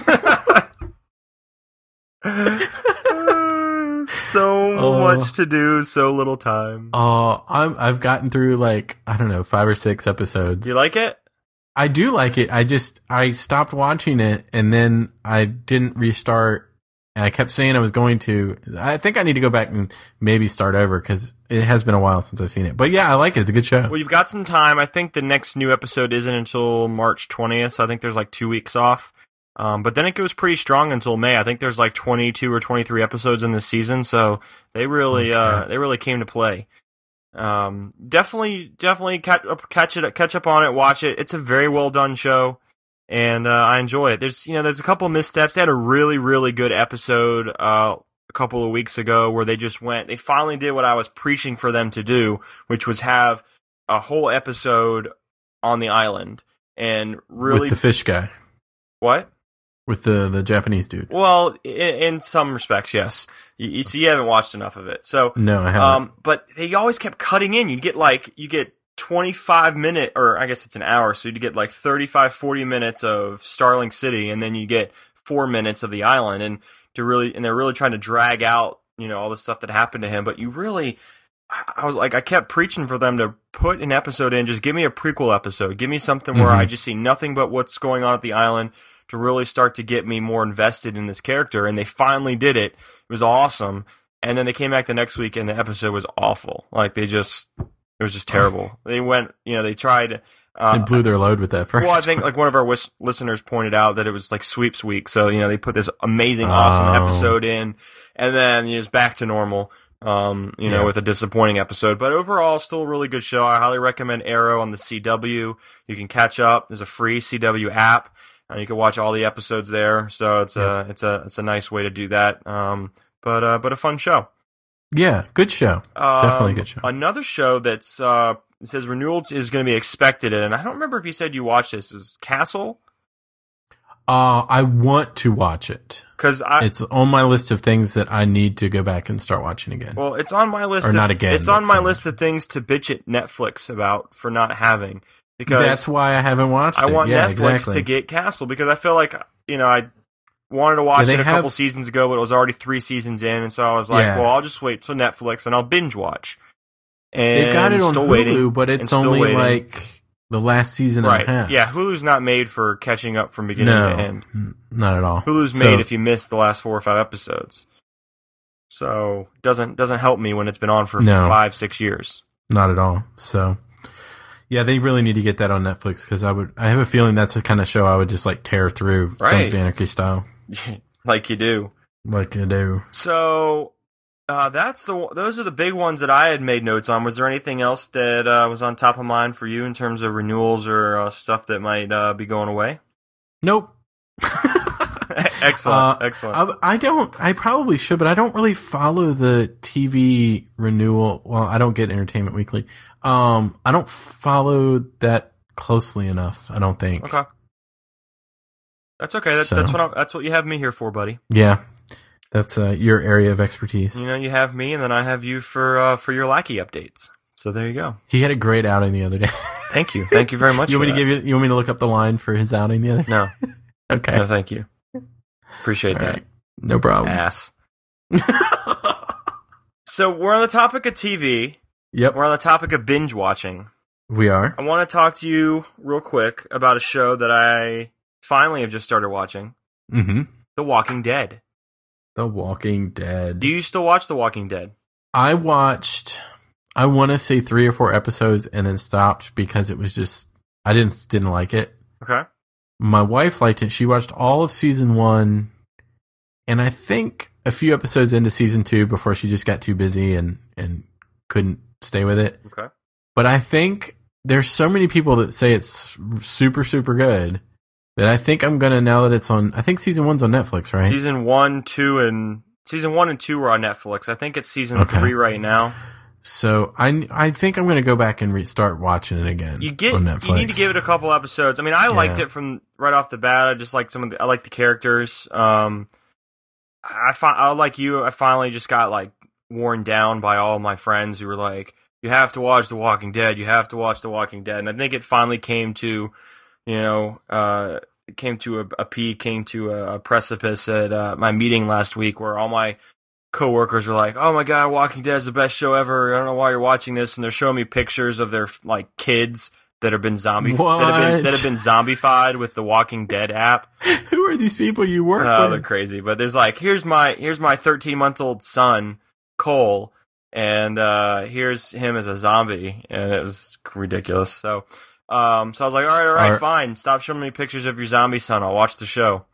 so
Oh.
much to do, so little time.
Oh, I'm I've gotten through like I don't know five or six episodes.
Do you like it?
I do like it. I just I stopped watching it and then I didn't restart. And I kept saying I was going to. I think I need to go back and maybe start over because it has been a while since I've seen it. But yeah, I like it. It's a good show.
Well, you've got some time. I think the next new episode isn't until March 20th, so I think there's like two weeks off. Um, but then it goes pretty strong until May. I think there's like 22 or 23 episodes in this season, so they really
Okay.
uh, they really came to play. Um, definitely, definitely catch up, catch it, catch up on it, watch it. It's a very well done show, and uh, I enjoy it. There's you know there's a couple missteps. They had a really really good episode uh, a couple of weeks ago where they just went, they finally did what I was preaching for them to do, which was have a whole episode on the island and really
with the fish guy,
what?
with the the Japanese dude.
Well, in, in some respects, yes. You, you, so you haven't watched enough of it. So,
No, I haven't.
um, but they always kept cutting in. You'd get like, you get 25 minute, or I guess it's an hour. So you'd get like 35, 40 minutes of Starling City and then you get four minutes of the island and to really, and they're really trying to drag out, you know, all the stuff that happened to him. But you really, I I was like, I kept preaching for them to put an episode in. Just give me a prequel episode. Give me something where
Mhm.
I just see nothing but what's going on at the island to really start to get me more invested in this character. And they finally did it. It was awesome. And then they came back the next week and the episode was awful. Like they just, it was just terrible. they went, you know, they tried.
they
Uh,
blew their load with that first.
well, I think like one of our wis- listeners pointed out that it was like sweeps week, so you know they put this amazing, awesome
Oh.
episode in, and then you know, it's back to normal. Um, you know,
Yeah.
with a disappointing episode, but overall, still a really good show. I highly recommend Arrow on the CW. You can catch up. There's a free CW app, and you can watch all the episodes there. So it's a it's a it's a nice way to do that. Um, but uh, but a fun show.
yeah, good show.
Um,
Definitely a good show.
Another show that's uh it says renewal is going to be expected, and I don't remember if you said you watched this. Is Castle?
Uh, I want to watch it.
Because I
It's on my list of things that I need to go back and start watching again.
well, it's on my list.
Or
of,
not again,
It's on
that's
my
not-
list of things to bitch at Netflix about for not having because
That's why I haven't watched
I
it.
want
yeah,
Netflix
exactly.
to get Castle because I feel like you know I wanted to watch
Yeah, they
it a couple
have-
seasons ago, but it was already three seasons in, and so I was like,
Yeah.
well, I'll just wait till Netflix and I'll binge watch. And
They've got it on
still
Hulu,
waiting.
but
and
it's
still
only
waiting.
like the last season
right?
and a half.
Yeah, Hulu's not made for catching up from beginning
No,
to end.
n- not at all.
Hulu's
So-
made if you miss the last four or five episodes. So doesn't doesn't help me when it's been on for
No.
five six years.
Not at all. So, yeah, they really need to get that on Netflix because I would. I have a feeling that's the kind of show I would just like tear through Sons
Right.
of Anarchy style,
like you do.
like I do.
So uh, that's the those are the big ones that I had made notes on. Was there anything else that uh, was on top of mind for you in terms of renewals or uh, stuff that might uh, be going away?
Nope.
excellent,
Uh,
excellent.
I, I don't. I probably should, but I don't really follow the TV renewal. Well, I don't get Entertainment Weekly. Um, I don't follow that closely enough. I don't think.
okay, that's okay. That,
So-
That's what I, that's what you have me here for, buddy.
Yeah, that's uh, your area of expertise.
You know, you have me, and then I have you for uh, for your lackey updates. So there you go.
He had a great outing the other day.
Thank you, thank you very much.
you want
for
me to
that.
give you? You want me to look up the line for his outing the other? day?
no,
Okay.
no, thank you. Appreciate
All
that.
right. No problem.
Ass. Ah. So we're on the topic of TV.
yep,
We're on the topic of binge watching.
we are.
I want to talk to you real quick about a show that I finally have just started watching
Mm-hmm.
The Walking Dead.
The Walking Dead.
Do you still watch The Walking Dead?
I watched. I want to say three or four episodes and then stopped because it was just I didn't didn't like it.
Okay.
My wife liked it. She watched all of season one, and I think a few episodes into season two before she just got too busy and and couldn't stay with it.
Okay.
But I think there's so many people that say it's super super good that I think I'm gonna now that it's on. I think season one's on Netflix, right?
Season one, two, and season one and two were on Netflix. I think it's season
Okay.
three right now.
so I I think I'm gonna go back and re- start watching it again.
You get
on Netflix.
you need to give it a couple episodes. I mean, I liked
Yeah.
it from right off the bat. I just like some of the I like the characters. Um, I fi- I like you. I finally just got like worn down by all my friends who were like, "You have to watch The Walking Dead. You have to watch The Walking Dead." And I think it finally came to, you know, uh, it came to a, a peak, came to a, a precipice at uh, my meeting last week where all my coworkers were like, "Oh my god, Walking Dead is the best show ever. I don't know why you're watching this." And they're showing me pictures of their like kids that have been zombie that have been,
What?
that have been zombified with the Walking Dead app.
Who are these people you work
Oh, they're
with?
crazy. But there's like, here's my here's my 13 month old son Cole, and uh, here's him as a zombie, and it was ridiculous. So, um, so I was like, all right, all right,
Are-
fine. Stop showing me pictures of your zombie son. I'll watch the show.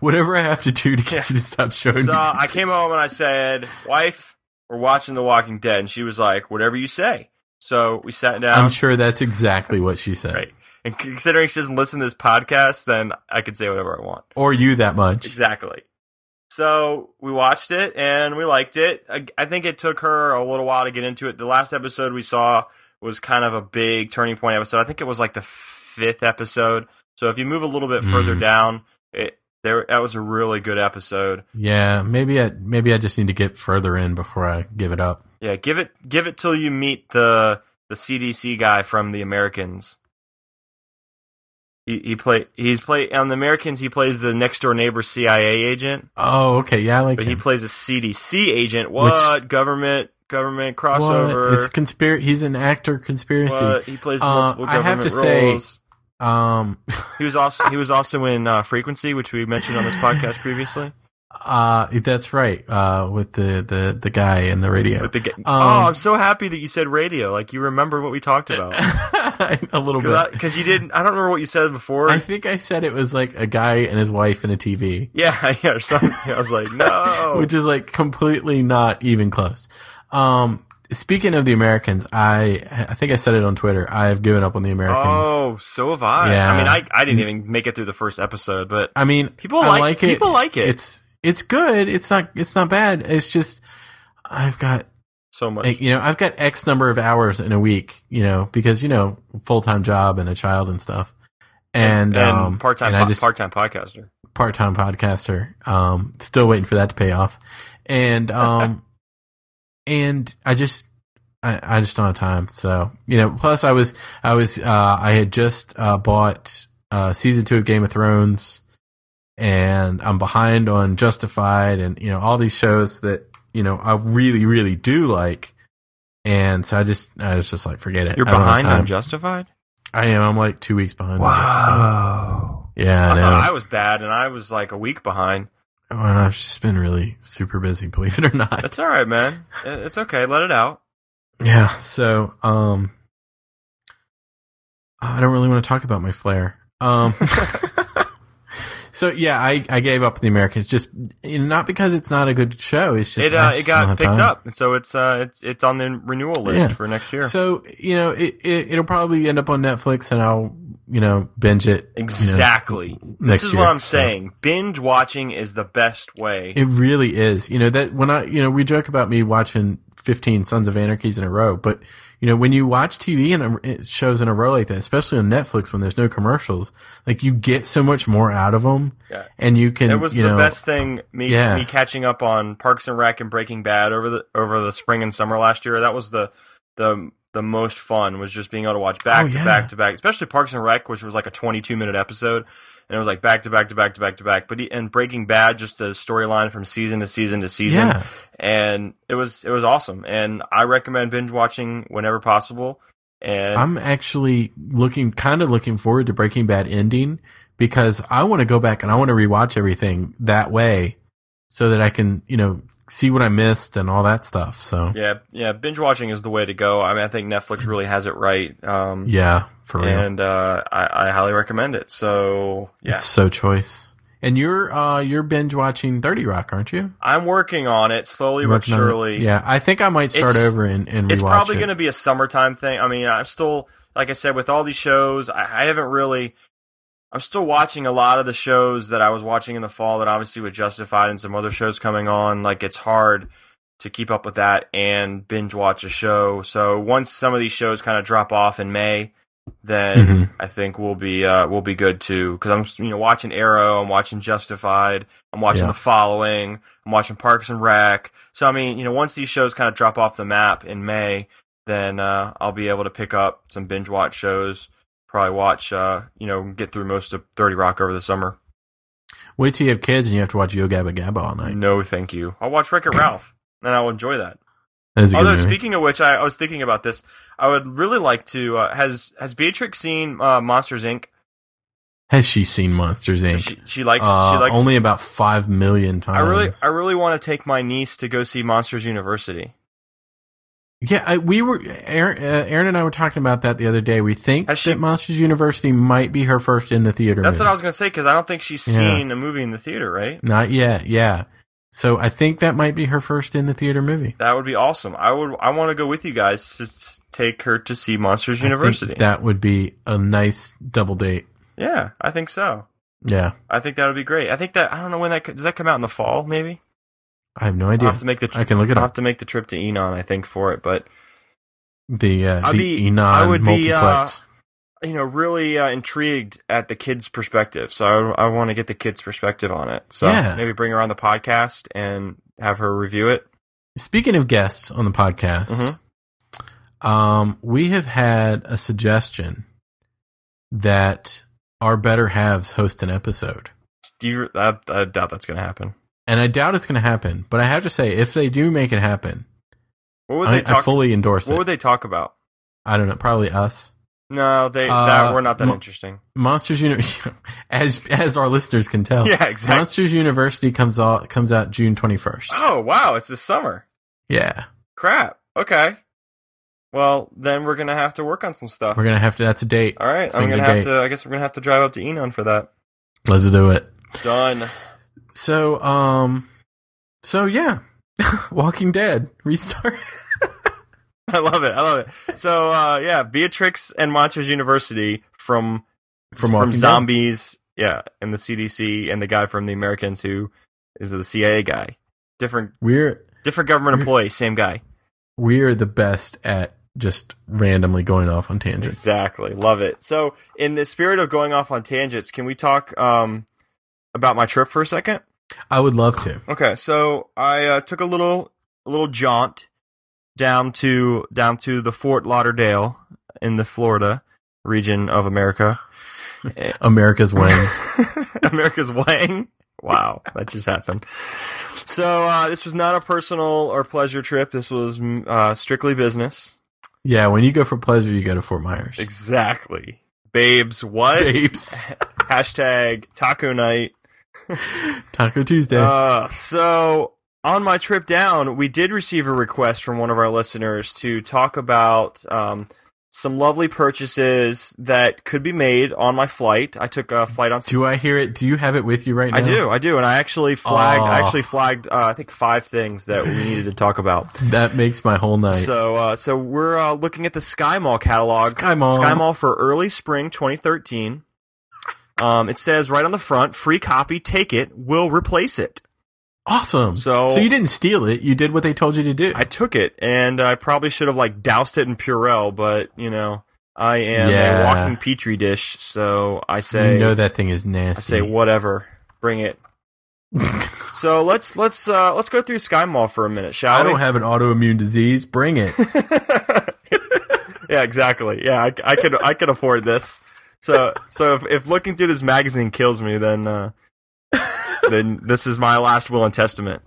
Whatever I have to do to get
Yeah.
you to stop showing.
So
me
I
these
came home and I said, "Wife, we're watching The Walking Dead," and she was like, "Whatever you say." So we sat
pictures. I'm
down,
sure that's exactly what she said,
Right. and considering she doesn't listen to this podcast, then I could say whatever I want.
or you that much.
Exactly. So we watched it and we liked it. I, I think it took her a little while to get into it. The last episode we saw was kind of a big turning point episode. I think it was like the fifth episode. So if you move a little bit further
Mm.
down, it there that was a really good episode.
Yeah, maybe I maybe I just need to get further in before I give it up.
Yeah, give it give it till you meet the the CDC guy from The Americans. He, he play he's play on The Americans. He plays the next door neighbor CIA agent,
Oh, okay. Yeah, I like
but he
him.
plays a CDC agent. What government government crossover?
What? It's conspiracy. He's an actor conspiracy.
What? He plays
Uh,
multiple
I have
government
to say-
roles.
Um,
he was also he was also in uh, Frequency, which we mentioned on this podcast previously.
uh, that's right. Uh, with the the the guy in the radio.
With the ga-
Um,
oh, I'm so happy that you said radio. Like you remember what we talked about
a little bit.
because you didn't. I don't remember what you said before.
I think I said it was like a guy and his wife and a TV,
yeah, yeah. Or something. I was like, no.
which is like completely not even close. Um, speaking of the Americans, I I think I said it on Twitter. I have given up on the Americans.
oh, so have I.
Yeah.
I mean, I I didn't even make it through the first episode, but
I mean,
people
I
like,
like it.
people like it
It's it's good. It's not it's not bad. It's just I've got
so much.
you know I've got X number of hours in a week. You know because you know full time job and a child and stuff. And, um,
part time
and I just-
part time podcaster.
part-time podcaster. Um, still waiting for that to pay off. And, um, and I just, I, I just don't have time. So, you know, plus I was, I was, uh, I had just, uh, bought, uh, season two of Game of Thrones and I'm behind on Justified and, you know, all these shows that, you know, I really, really do like. And so I just, I was just like, forget it.
You're
I don't have
behind
time.
on Justified.
I am. I'm like two weeks behind. on Justified. Yeah. I
I
know.
thought I was bad, and I was like a week behind.
Well, I've just been really super busy, believe it or not.
That's all right, man. I- It's okay. Let it out.
Yeah. So, um, I don't really want to talk about my flair. Um, so yeah, I, I gave up the Americans just you know, not because it's not a good show. It's just
It uh,
I
it
just don't
got
have
picked
time.
up, and so it's uh it's it's on the renewal list
Yeah.
for next year.
So you know, it, it it'll probably end up on Netflix, and I'll you know binge it you know,
exactly.
next
this is
year.
what I'm
So-
saying. Binge watching is the best way.
It really is. You know, that when I, you know, we joke about me watching 15 Sons of Anarchies in a row, but you know, when you watch TV and uh, shows in a row like that, especially on Netflix when there's no commercials, like you get so much more out of them
Yeah.
and you can,
It was
you
the
know,
best thing me
Yeah.
me catching up on Parks and Rec and Breaking Bad over the over the spring and summer last year. That was the the the most fun was just being able to watch back
Oh,
to
yeah.
back to back, especially Parks and Rec, which was like a 22 minute episode, and it was like back to back to back to back to back. But he- and Breaking Bad, just the storyline from season to season to season,
yeah,
and it was it was awesome. And I recommend binge watching whenever possible. And
I'm actually looking, kind of looking forward to Breaking Bad ending because I want to go back and I want to rewatch everything that way so that I can, you know, see what I missed and all that stuff. So yeah,
yeah, yeah, binge watching is the way to go. I mean, I think Netflix really has it right. Um,
for real.
and uh, I, I highly recommend it. So yeah,
It's so choice. And you're uh you're binge watching Thirty Rock, aren't you?
I'm working on it slowly but
Working on it.
surely.
Yeah, I think I might start
It's-
over and and rewatch
it's probably
it.
going to be a summertime thing. I mean, I'm still like I said with all these shows, I, I haven't really. I'm still watching a lot of the shows that I was watching in the fall that obviously were justified and some other shows coming on. Like it's hard to keep up with that and binge watch a show. So once some of these shows kind of drop off in May, then
Mhm.
I think we'll be uh, we'll be good too because I'm you know watching Arrow, I'm watching Justified, I'm watching
Yeah.
The Following, I'm watching Parks and Rec. So I mean, you know, once these shows kind of drop off the map in May, then uh, I'll be able to pick up some binge watch shows. Probably watch, uh, you know, get through most of Thirty Rock over the summer.
Wait till you have kids and you have to watch Yo Gabba Gabba all night.
No, thank you. I'll watch Wreck It Ralph, and I'll enjoy that.
That is a good
Although
movie.
speaking of which, I, I was thinking about this. I would really like to. Uh, has Has Beatrix seen uh, Monsters Inc?
Has she seen Monsters Inc?
She, she likes.
Uh,
she likes.
only about five million
I
times.
really, I really want to take my niece to go see Monsters University.
yeah. I, we were Aaron, uh, Aaron and I were talking about that the other day. We think
Has she-
that Monsters University might be her first in the theater.
That's what
movie.
I was gonna say because I don't think she's
Yeah.
seen a movie in the theater, right?
Not yet. Yeah. So I think that might be her first in the theater movie.
That would be awesome. I would. I want to go with you guys to s- take her to see Monsters
I think
University.
that would be a nice double date.
yeah, I think so.
Yeah.
I think that would be great. I think that I don't know when that does that come out in the fall. Maybe
I have no
I'll
idea.
have to make the
I can look it
I'll
up.
have to make the trip to Enon. I think for it, but
The uh,
I'll
the
be-
Enon
I would be, uh,
multiplex.
you know, really uh, intrigued at the kid's perspective. So I, I want to get the kid's perspective on it. So
Yeah.
maybe bring her on the podcast and have her review it.
Speaking of guests on the podcast,
Mhm. Mm-hmm.
um, we have had a suggestion that our better halves host an episode.
Do you? I, I doubt that's going to happen.
And I doubt it's going to happen, but I have to say, if they do make it happen,
What would
I,
they talk?
I fully endorse
what
it.
would they talk about?
I don't know, probably us.
No, they
Uh,
that we're not that
mo-
interesting.
Monsters University, as as our listeners can tell,
Yeah, exactly.
Monsters University comes out comes out June twenty first.
Oh wow, it's this summer.
Yeah,
Crap. Okay. Well, then we're gonna have to work on some stuff.
we're gonna have to. That's a date.
All right, I'm
make it
gonna
a
have
date.
to. I guess we're gonna have to drive up to Enon for that.
Let's do it.
Done.
So, um, so yeah, Walking Dead restart.
I love it. I love it. So uh, yeah, Beatrix and Monsters University from
From
from,
Walking Dead.
zombies. Yeah, and the CDC and the guy from the Americans who is the CIA guy. Different
We're
different government employee, same guy.
we're the best at just randomly going off on tangents.
Exactly. Love it. So, in the spirit of going off on tangents, can we talk um, about my trip for a second?
I would love to.
Okay. So, I uh, took a little a little jaunt down to down to the Fort Lauderdale in the Florida region of America.
America's Wayne.
America's Wang. Wow, that just happened. So, uh, this was not a personal or pleasure trip. This was mm, uh, strictly business.
yeah, when you go for pleasure, you go to Fort Myers.
Exactly. Babes, what?
Babes.
Hashtag taco night.
Taco Tuesday.
Uh, so on my trip down, we did receive a request from one of our listeners to talk about um, some lovely purchases that could be made on my flight. I took a flight on.
do I hear it? Do you have it with you right now?
I do, I do, and I actually flagged. I
Aw.
actually flagged. Uh, I think five things that we needed to talk about.
That makes my whole night.
So, uh, so we're uh, looking at the Sky Mall catalog.
Sky Mall.
Sky Mall for early spring 2013. Um, it says right on the front, free copy, take it, we'll replace it.
awesome.
So-
you didn't steal it. You did what they told you to do.
I took it, and I probably should have like doused it in Purell, but you know, I am
Yeah.
a walking petri dish, so I say,
you know that thing is nasty.
I say whatever, bring it. so let's let's uh, let's go through Sky Mall for a minute, shall
I
we?
don't have an autoimmune disease. Bring it.
yeah, exactly. Yeah, I, I could I could afford this. So so if, if looking through this magazine kills me, then uh, then this is my last will and testament.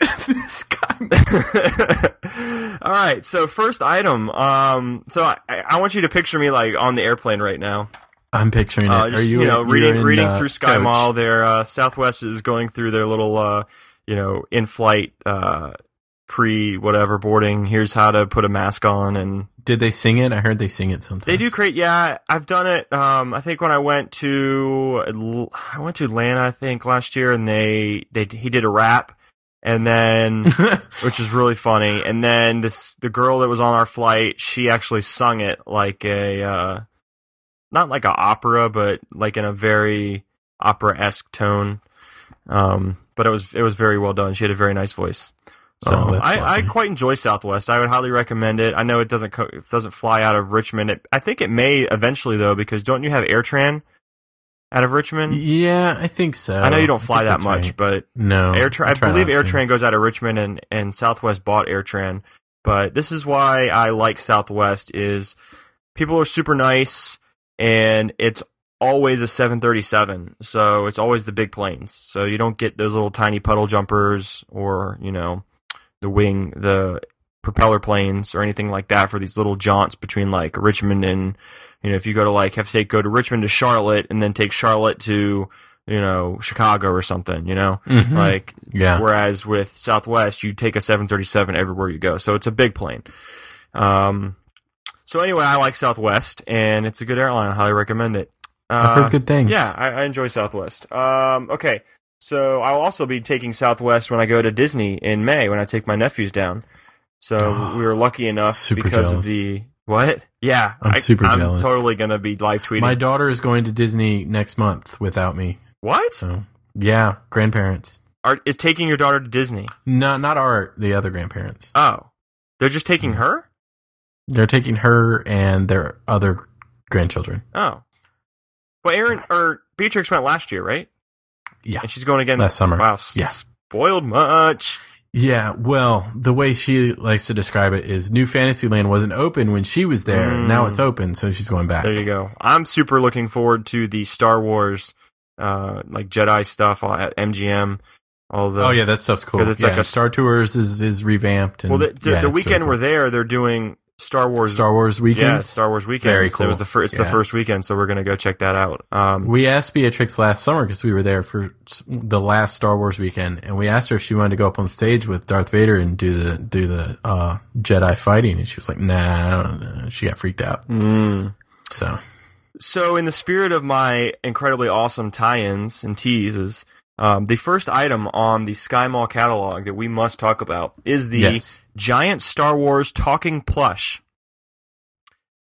This guy-
All right. So first item. Um. So I, I want you to picture me like on the airplane right now.
I'm picturing it.
Uh, just,
Are you,
you, know
you're
reading
in,
reading
uh,
through Sky
coach.
Mall? Their uh, Southwest is going through their little uh, you know in flight uh, pre whatever boarding. Here's how to put a mask on and
Did they sing it? I heard they sing it sometimes.
They do create, yeah. I've done it. Um, I think when I went to Atl- I went to Atlanta, I think last year, and they they he did a rap, and then which is really funny. And then this the girl that was on our flight, she actually sung it like a uh, not like a opera, but like in a very opera esque tone. Um, but it was it was very well done. She had a very nice voice. So
Oh, that's
I, I
lovely.
quite enjoy Southwest. I would highly recommend it. I know it doesn't co- it doesn't fly out of Richmond. It, I think it may eventually though, because don't you have AirTran out of Richmond?
yeah, I think so.
I know you don't
I
fly
think
that
that's
much,
right.
but
No,
AirTran. I,
try
believe
not to.
AirTran goes out of Richmond, and and Southwest bought AirTran. But this is why I like Southwest is people are super nice, and it's always a 737, so it's always the big planes. So you don't get those little tiny puddle jumpers or you know the wing the propeller planes or anything like that for these little jaunts between like Richmond and you know if you go to like have to take go to Richmond to Charlotte and then take Charlotte to you know Chicago or something you know
Mhm.
like
yeah,
Whereas with Southwest, you take a 737 everywhere you go. So it's a big plane. Um, so anyway, I like Southwest, and it's a good airline. I highly recommend it. Uh,
I've heard good things.
yeah, I, I enjoy Southwest. Um, okay, so I'll also be taking Southwest when I go to Disney in May when I take my nephews down. So we were lucky enough
Super
because of
jealous.
the what? Yeah,
I'm super
I'm
jealous.
totally gonna be live tweeting.
my daughter is going to Disney next month without me,
What?
So, yeah, grandparents.
Are, is taking your daughter to Disney?
No, not Art. The other grandparents.
Oh, they're just
Hmm.
taking her.
They're taking her and their other grandchildren.
Oh, well, Aaron or Beatrix went last year, right?
Yeah.
and she's going again
Last summer.
Wow, s-
Yeah.
spoiled much.
Yeah, well, the way she likes to describe it is New Fantasyland wasn't open when she was there.
Mm.
Now it's open, so she's going back.
There you go. I'm super looking forward to the Star Wars, uh, like Jedi stuff all- at MGM. All the
oh yeah, that stuff's cool.
'Cause it's
yeah,
like a-
Star Tours is is revamped. And,
Well, the, the,
yeah,
the
it's really
weekend
cool.
we're there, they're doing Star Wars.
Star Wars
yeah,
weekends.
Star Wars weekend.
Very
It
cool.
was the first. It's the
Yeah.
first weekend, so we're gonna go check that out. Um,
we asked Beatrix last summer because we were there for s- the last Star Wars weekend, and we asked her if she wanted to go up on stage with Darth Vader and do the do the uh, Jedi fighting, and she was like, "Nah," I don't know. she got freaked out.
mm.
So
So, in the spirit of my incredibly awesome tie-ins and teases, um, the first item on the Sky Mall catalog that we must talk about is the
yes,
giant Star Wars talking plush.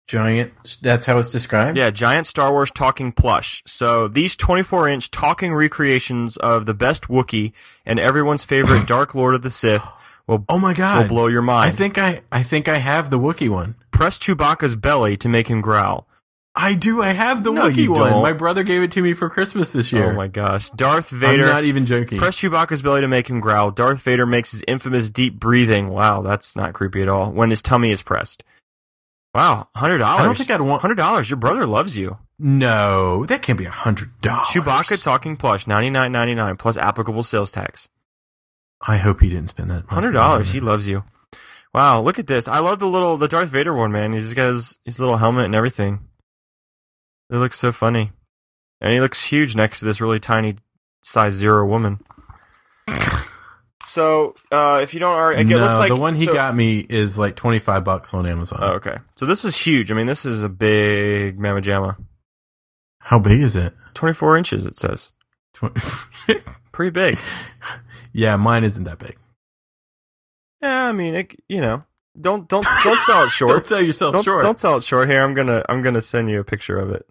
giant. That's how it's described.
Yeah, giant Star Wars talking plush. So these 24 inch talking recreations of the best Wookiee and everyone's favorite Dark Lord of the Sith will,
Oh my
will
god!
blow your
I
mind.
think I I think I have the Wookiee one.
Press Chewbacca's belly to make him growl.
I do. I have the
No,
Wookiee
you
one.
don't.
My brother gave it to me for Christmas this year.
Oh my gosh. Darth
I'm
Vader.
not even joking.
Press Chewbacca's belly to make him growl. Darth Vader makes his infamous deep breathing. Wow, that's not creepy at all. When his tummy is pressed. Wow, $100.
I don't think I'd want.
$100. Your brother loves you.
No, that can't be a hundred dollars.
Chewbacca talking plush, ninety nine ninety nine plus applicable sales tax.
I hope he didn't spend that much
Hundred dollars. He
money.
loves you. Wow, look at this. I love the little the Darth Vader one, man. He's got his, his little helmet and everything. It looks so funny. And he looks huge next to this really tiny size zero woman. so uh if you don't already it
no,
looks like
the one he
so-
got me is like twenty five bucks on Amazon.
Oh, okay. So this is huge. I mean this is a big mamma jamma.
How big is it?
Twenty four inches it says.
Tw-
Pretty big.
yeah, mine isn't that big.
Yeah, I mean it you know. Don't don't don't sell it short.
Don't sell yourself
don't,
short.
don't sell it short here. I'm gonna I'm gonna send you a picture of it.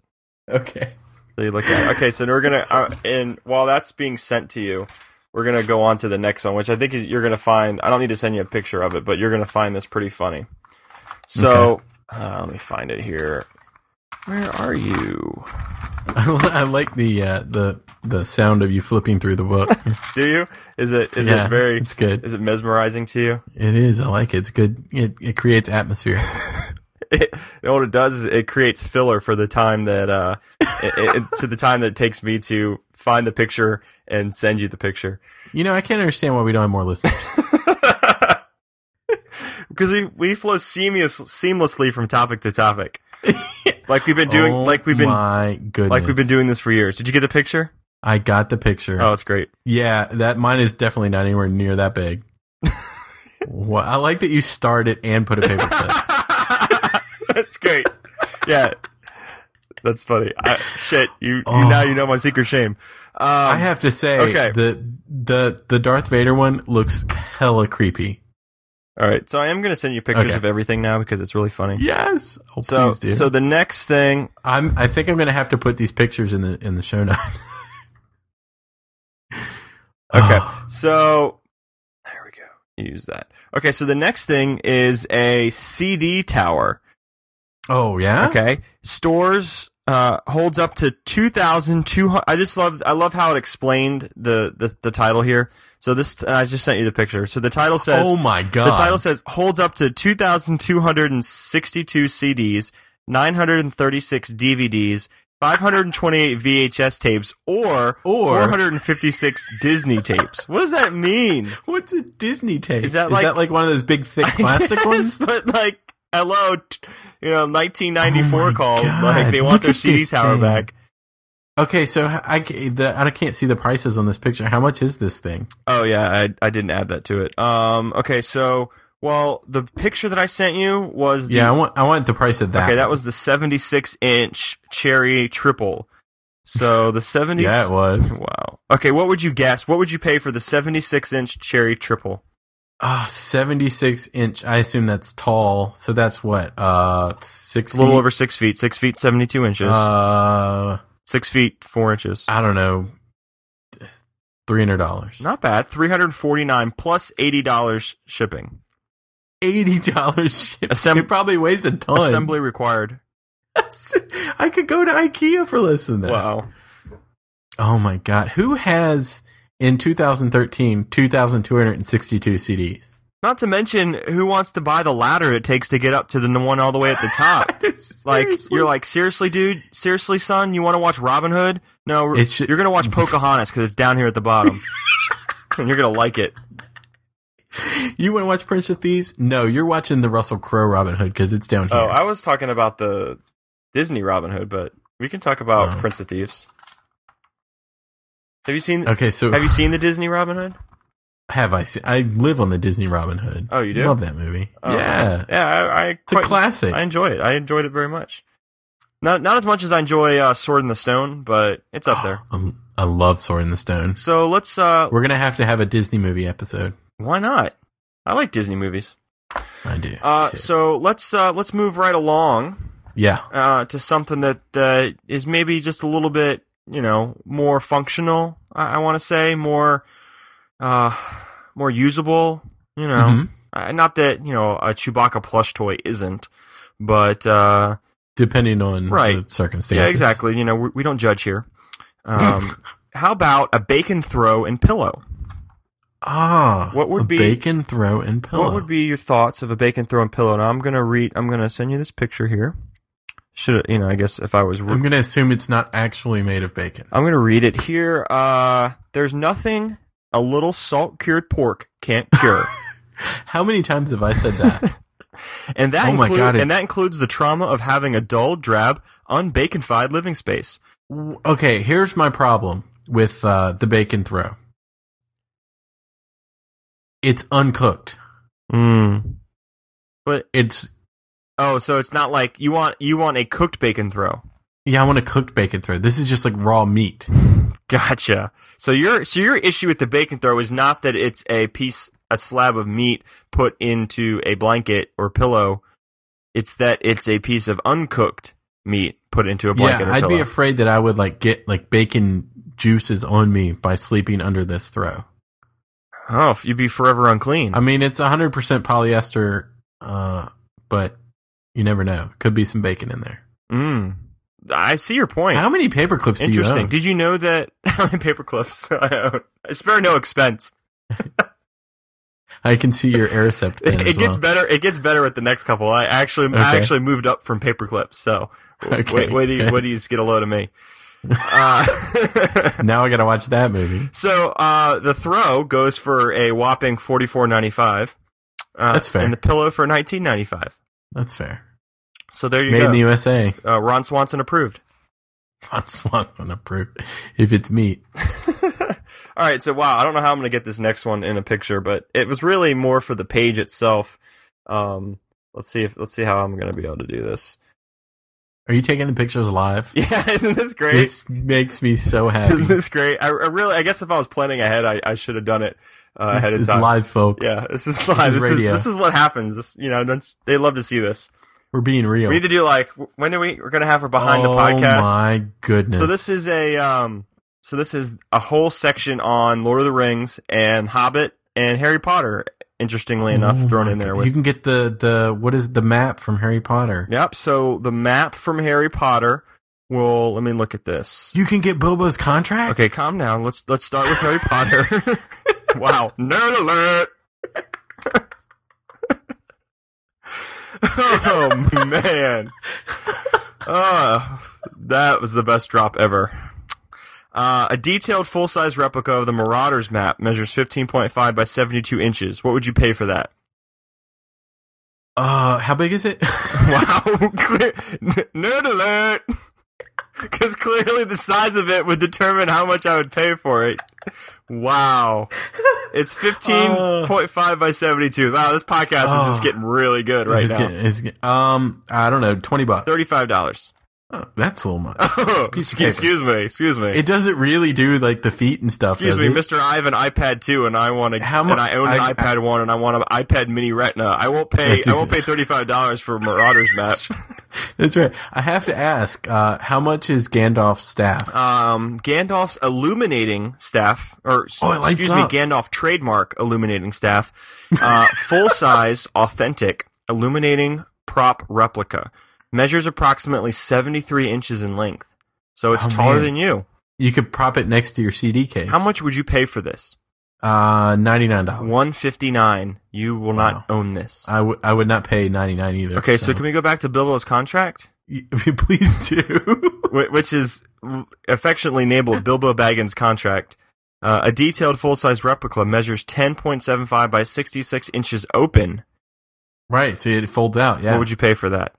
Okay.
So you look at. it. Okay, so we're gonna uh, and while that's being sent to you, we're gonna go on to the next one, which I think is- you're gonna find. I don't need to send you a picture of it, but you're gonna find this pretty funny. So uh, let me find it here. Where are you?
I, li- I like the uh, the the sound of you flipping through the book.
Do you? Is it is
yeah,
it very
It's good.
is it mesmerizing to you?
It is. I like it. It's good. It it creates atmosphere.
It, what it does is it creates filler for the time that uh it, it, to the time that it takes me to find the picture and send you the picture.
You know, I can't understand why we don't have more listeners.
because we we flow seamless, seamlessly from topic to topic, like we've been doing,
Oh
like we've been,
my goodness,
like we've been doing this for years. Did you get the picture?
I got the picture.
Oh, it's great.
Yeah, that mine is definitely not anywhere near that big. Wha- I like that you started and put a paper
Um,
clip.
That's great. Yeah, that's funny. I, shit, you, you
Oh.
now you know my secret shame. Um,
I have to say,
Okay.
the the the Darth Vader one looks hella creepy.
all right. So I am going to send you pictures
Okay.
of everything now because it's really funny.
Yes. Oh,
so
please do.
so the next thing,
I'm. I think I'm gonna have to put these pictures in the in the show notes.
Okay.
Oh,
so there we go. Use that. Okay, so the next thing is a CD tower.
oh, yeah.
Okay. Stores uh, holds up to 2,200. I just love, I love how it explained the, the, the title here. So this, and I just sent you the picture. So the title says,
oh my god.
the title says holds up to 2,262 CDs, 936 DVDs, 528 VHS tapes, or,
Or-
456 Disney tapes. What does that mean?
What's a Disney tape?
Is that like-
one of those big thick plastic
Yes,
ones?
But like, hello, t- you know, 1994
Oh my
called.
God,
Like they want
look
their
at
CD
this
tower
thing.
back.
Okay, so h- I, ca- the, I can't see the prices on this picture. How much is this thing?
Oh yeah, I I didn't add that to it. Um, okay, so well, the picture that I sent you was the,
Yeah, I want I want the price of that.
okay, that was the 76 inch cherry triple. So the 70.
yeah, it was.
Wow. Okay, what would you guess? What would you pay for the 76 inch cherry triple?
Ah, seventy six inch. I assume that's tall. So that's what uh six
It's a little
feet?
over six feet, six feet 72 inches,
Uh,
six feet four inches.
I don't know. Three hundred dollars.
Not bad. Three hundred forty nine plus eighty dollars shipping.
Eighty dollars.
Assemb-
it probably weighs a ton.
Assembly required.
I could go to IKEA for less than that.
Wow.
Oh my god. Who has in 2013 2,262 CDs?
Not to mention, who wants to buy the ladder it takes to get up to the one all the way at the top? like
Seriously.
you're like seriously, dude. Seriously, son. You want to watch Robin Hood? No, we're-
It's ju-
you're gonna watch Pocahontas because it's down here at the bottom, and you're gonna like it.
you want to watch Prince of Thieves? No, you're watching the Russell Crowe Robin Hood because it's down here.
Oh, I was talking about the Disney Robin Hood, but we can talk about
Oh.
Prince of Thieves. Have you seen?
okay, so
Have you seen the Disney Robin Hood?
have I seen? I live on the Disney Robin Hood.
Oh, you do?
Love that movie.
Oh,
yeah,
yeah. I, I
it's a classic.
I enjoy it. I enjoyed it very much. Not not as much as I enjoy uh, Sword in the Stone, but it's up there.
I, I love Sword in the Stone.
So let's. uh
We're gonna have to have a Disney movie episode.
Why not? I like Disney movies.
I do.
Uh,
too.
so let's uh, let's move right along
yeah,
uh, to something that uh, is maybe just a little bit, you know, more functional. I, I want to say more, uh, more usable. You know,
Mhm.
Uh, not that you know a Chewbacca plush toy isn't, but uh,
depending on
Right.
the circumstances.
yeah, exactly. You know, we, we don't judge here. Um, how about a bacon throw and pillow?
Ah,
What would
a
be-
bacon throw and pillow?
What would be your thoughts of a bacon throw and pillow? Now I'm gonna read. I'm gonna send you this picture here. Should you know? I guess if I was,
I'm gonna assume it's not actually made of bacon.
I'm gonna read it here. Uh, there's nothing a little salt cured pork can't cure,
How many times have I said that?
and that
Oh my
include-
God,
and
it's-
that includes the trauma of having a dull, drab, unbaconified living space.
okay, here's my problem with uh, the bacon throw. It's uncooked.
Mm. But
It's
oh, so it's not like you want you want a cooked bacon throw.
yeah, I want a cooked bacon throw. This is just like raw meat.
Gotcha. So your so your issue with the bacon throw is not that it's a piece a slab of meat put into a blanket or pillow. It's that it's a piece of uncooked meat put into a blanket
Yeah,
or
I'd
pillow.
be afraid that I would like get like bacon juices on me by sleeping under this throw.
oh, if you'd be forever unclean.
I mean, it's 100% polyester, uh, but you never know. Could be some bacon in there.
Mm. I see your point.
How many paper clips do you
Interesting.
own?
Did you know that how many paper clips I own? I spare no expense.
I can see your Aricept.
It, it
pen as
gets
well.
better. It gets better with the next couple. I actually, I
Okay.
actually moved up from paperclips. So,
Okay.
wait, wait, do you, wait, do you get a load of me? Uh,
Now I got to watch that movie.
so uh, the throw goes for a whopping forty four ninety five. Uh,
That's fair.
And the pillow for nineteen ninety five.
That's fair.
So there you
Made
go.
in the USA.
uh, Ron Swanson approved.
Ron Swanson approved. If it's meat,
All right, so wow, I don't know how I'm going to get this next one in a picture, but it was really more for the page itself. Um, let's see if let's see how I'm going to be able to do this.
are you taking the pictures live?
Yeah, isn't this great?
This makes me so
Isn't
happy.
this great? I, I really, I guess if I was planning ahead, I, I should have done it uh, ahead
This
of
is
time.
live, folks.
Yeah, this is live. This
is
is,
radio.
this is what happens. This, you know, don't- they love to see this.
We're being real.
We need to do like w- when do we? We're gonna have her behind
oh
the podcast.
my goodness.
So this is a um, so this is a whole section on Lord of the Rings and Hobbit and Harry Potter. Interestingly
Oh
enough, thrown
my
in there
God.
with
you can get the the what is the map from Harry Potter?
Yep. So the map from Harry Potter will. Let me look at this.
You can get Bilbo's contract.
Okay, calm down. Let's let's start with Harry Potter. wow. Nerd alert. oh man. Uh, that was the best drop ever. Uh, a detailed full-size replica of the Marauders map measures 15.5 by 72 inches. What would you pay for that?
Uh, how big is it?
Wow. Clear- n- Nerd alert! Because clearly the size of it would determine how much I would pay for it. Wow. It's
Uh.
15.5 by 72. Wow, this podcast is just
Oh.
getting really good right
It's
now.
get- it's get- um, I don't know, twenty bucks.
$35.
Oh, that's a little much.
Oh,
piece
excuse,
of paper.
excuse me, excuse me.
It doesn't really do like the feet and stuff.
excuse
does
me,
it?
Mr. Ivan iPad 2 and I want to
How
and
mu-
I own an
I-
iPad 1 and I want an iPad mini Retina. I won't pay
That's
I won't pay $35 for Marauders match.
That's right. I have to ask, uh, how much is Gandalf's staff?
Um Gandalf's illuminating staff or
Oh, it lights
excuse me,
up.
Gandalf trademark illuminating staff. Uh full size authentic illuminating prop replica. Measures approximately 73 inches in length. So it's
Oh,
taller
man.
than you.
you could prop it next to your CD case.
How much would you pay for this?
Uh, ninety nine dollars.
159. You will
Wow.
not own this.
I would I would not pay ninety nine either.
Okay, so, can we go back to Bilbo's contract,
we? Please do.
Wh- which is affectionately labeled Bilbo Baggins' contract? Uh, a detailed full-size replica measures 10.75 by 66 inches open.
right. So it folds out. Yeah.
What would you pay for that?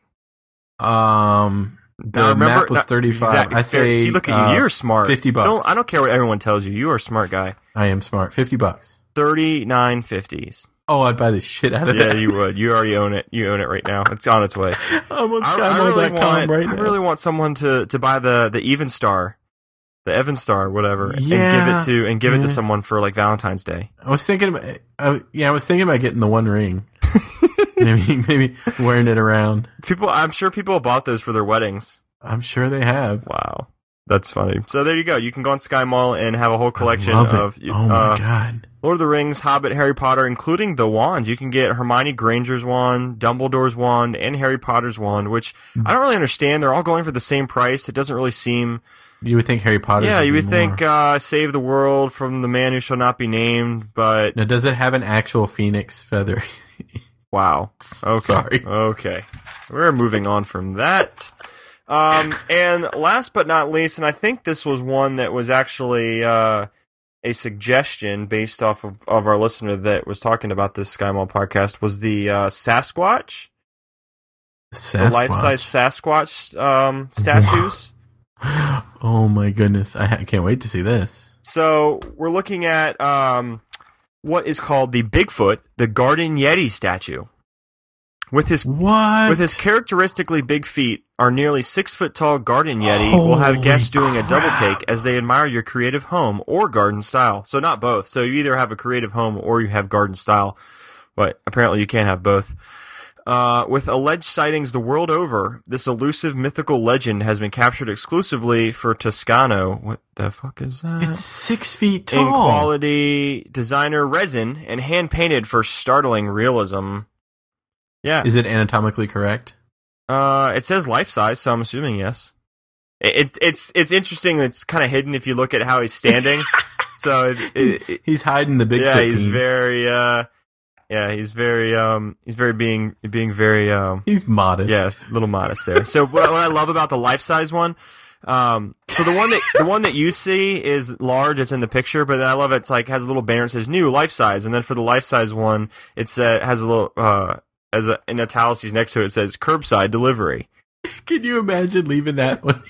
um. The
Now remember-
map was
now-
thirty five.
exactly.
I say.
See, look at you.
uh,
You're smart.
50 bucks.
Don't, I don't care what everyone tells you. You are a smart guy.
I am smart. Fifty bucks.
39.50s.
Oh, I'd buy the shit out of
Yeah,
that.
you would. You already own it. You own it right now. It's on its way.
I'm on
I, I really
SkyMall.com
want,
right
I
now.
really want someone to, to buy the, the Even Star, the Evan Star, whatever,
Yeah.
and give it to and give it
Yeah.
to someone for like Valentine's Day.
I was thinking about, uh, yeah, I was thinking about getting the One Ring. maybe, maybe wearing it around.
People, I'm sure people bought those for their weddings.
I'm sure they have.
Wow, that's funny. So there you go. You can go on Sky Mall and have a whole collection
I love it.
of
oh my
uh,
god,
Lord of the Rings, Hobbit, Harry Potter, including the wands. You can get Hermione Granger's wand, Dumbledore's wand, and Harry Potter's wand. Which
Hmm.
I don't really understand. They're all going for the same price. It doesn't really seem.
you would think Harry Potter.
yeah, you would think uh, save the world from the man who shall not be named, but
now, does it have an actual phoenix feather?
wow. Okay.
Sorry.
Okay. We're moving on from that. Um, and last but not least, and I think this was one that was actually uh, a suggestion based off of, of our listener that was talking about this SkyMall podcast, was the uh, Sasquatch, the
Sasquatch.
life size Sasquatch um, statues.
Oh my goodness, I, ha- I can't wait to see this.
So we're looking at um, what is called the Bigfoot, the Garden Yeti statue, with his
What?
With his characteristically big feet, our nearly six foot tall garden yeti will have
Holy
guests doing a double
crap.
take as they admire your creative home or garden style. So not both. So you either have a creative home or you have garden style, but apparently you can't have both. Uh, with alleged sightings the world over, this elusive mythical legend has been captured exclusively for Toscano. What the fuck is that?
it's six feet
in
tall.
quality designer resin and hand painted for startling realism. Yeah,
Is it anatomically correct?
uh, it says life size, so I'm assuming yes. It, it, it's it's interesting. It's kind of hidden if you look at how he's standing. so it, it, it-
He's hiding the big.
yeah,
foot
he's
peen.
very uh, yeah, he's very um, he's very being being very um,
He's modest.
yeah, a little modest there. So what, what I love about the life size one, um, so the one that the one that you see is large. It's in the picture, but then I love it. It's like has a little banner that says new life size, and then for the life size one, it's uh, has a little uh, as a, in italics next to it it says curbside delivery.
Can you imagine leaving that one?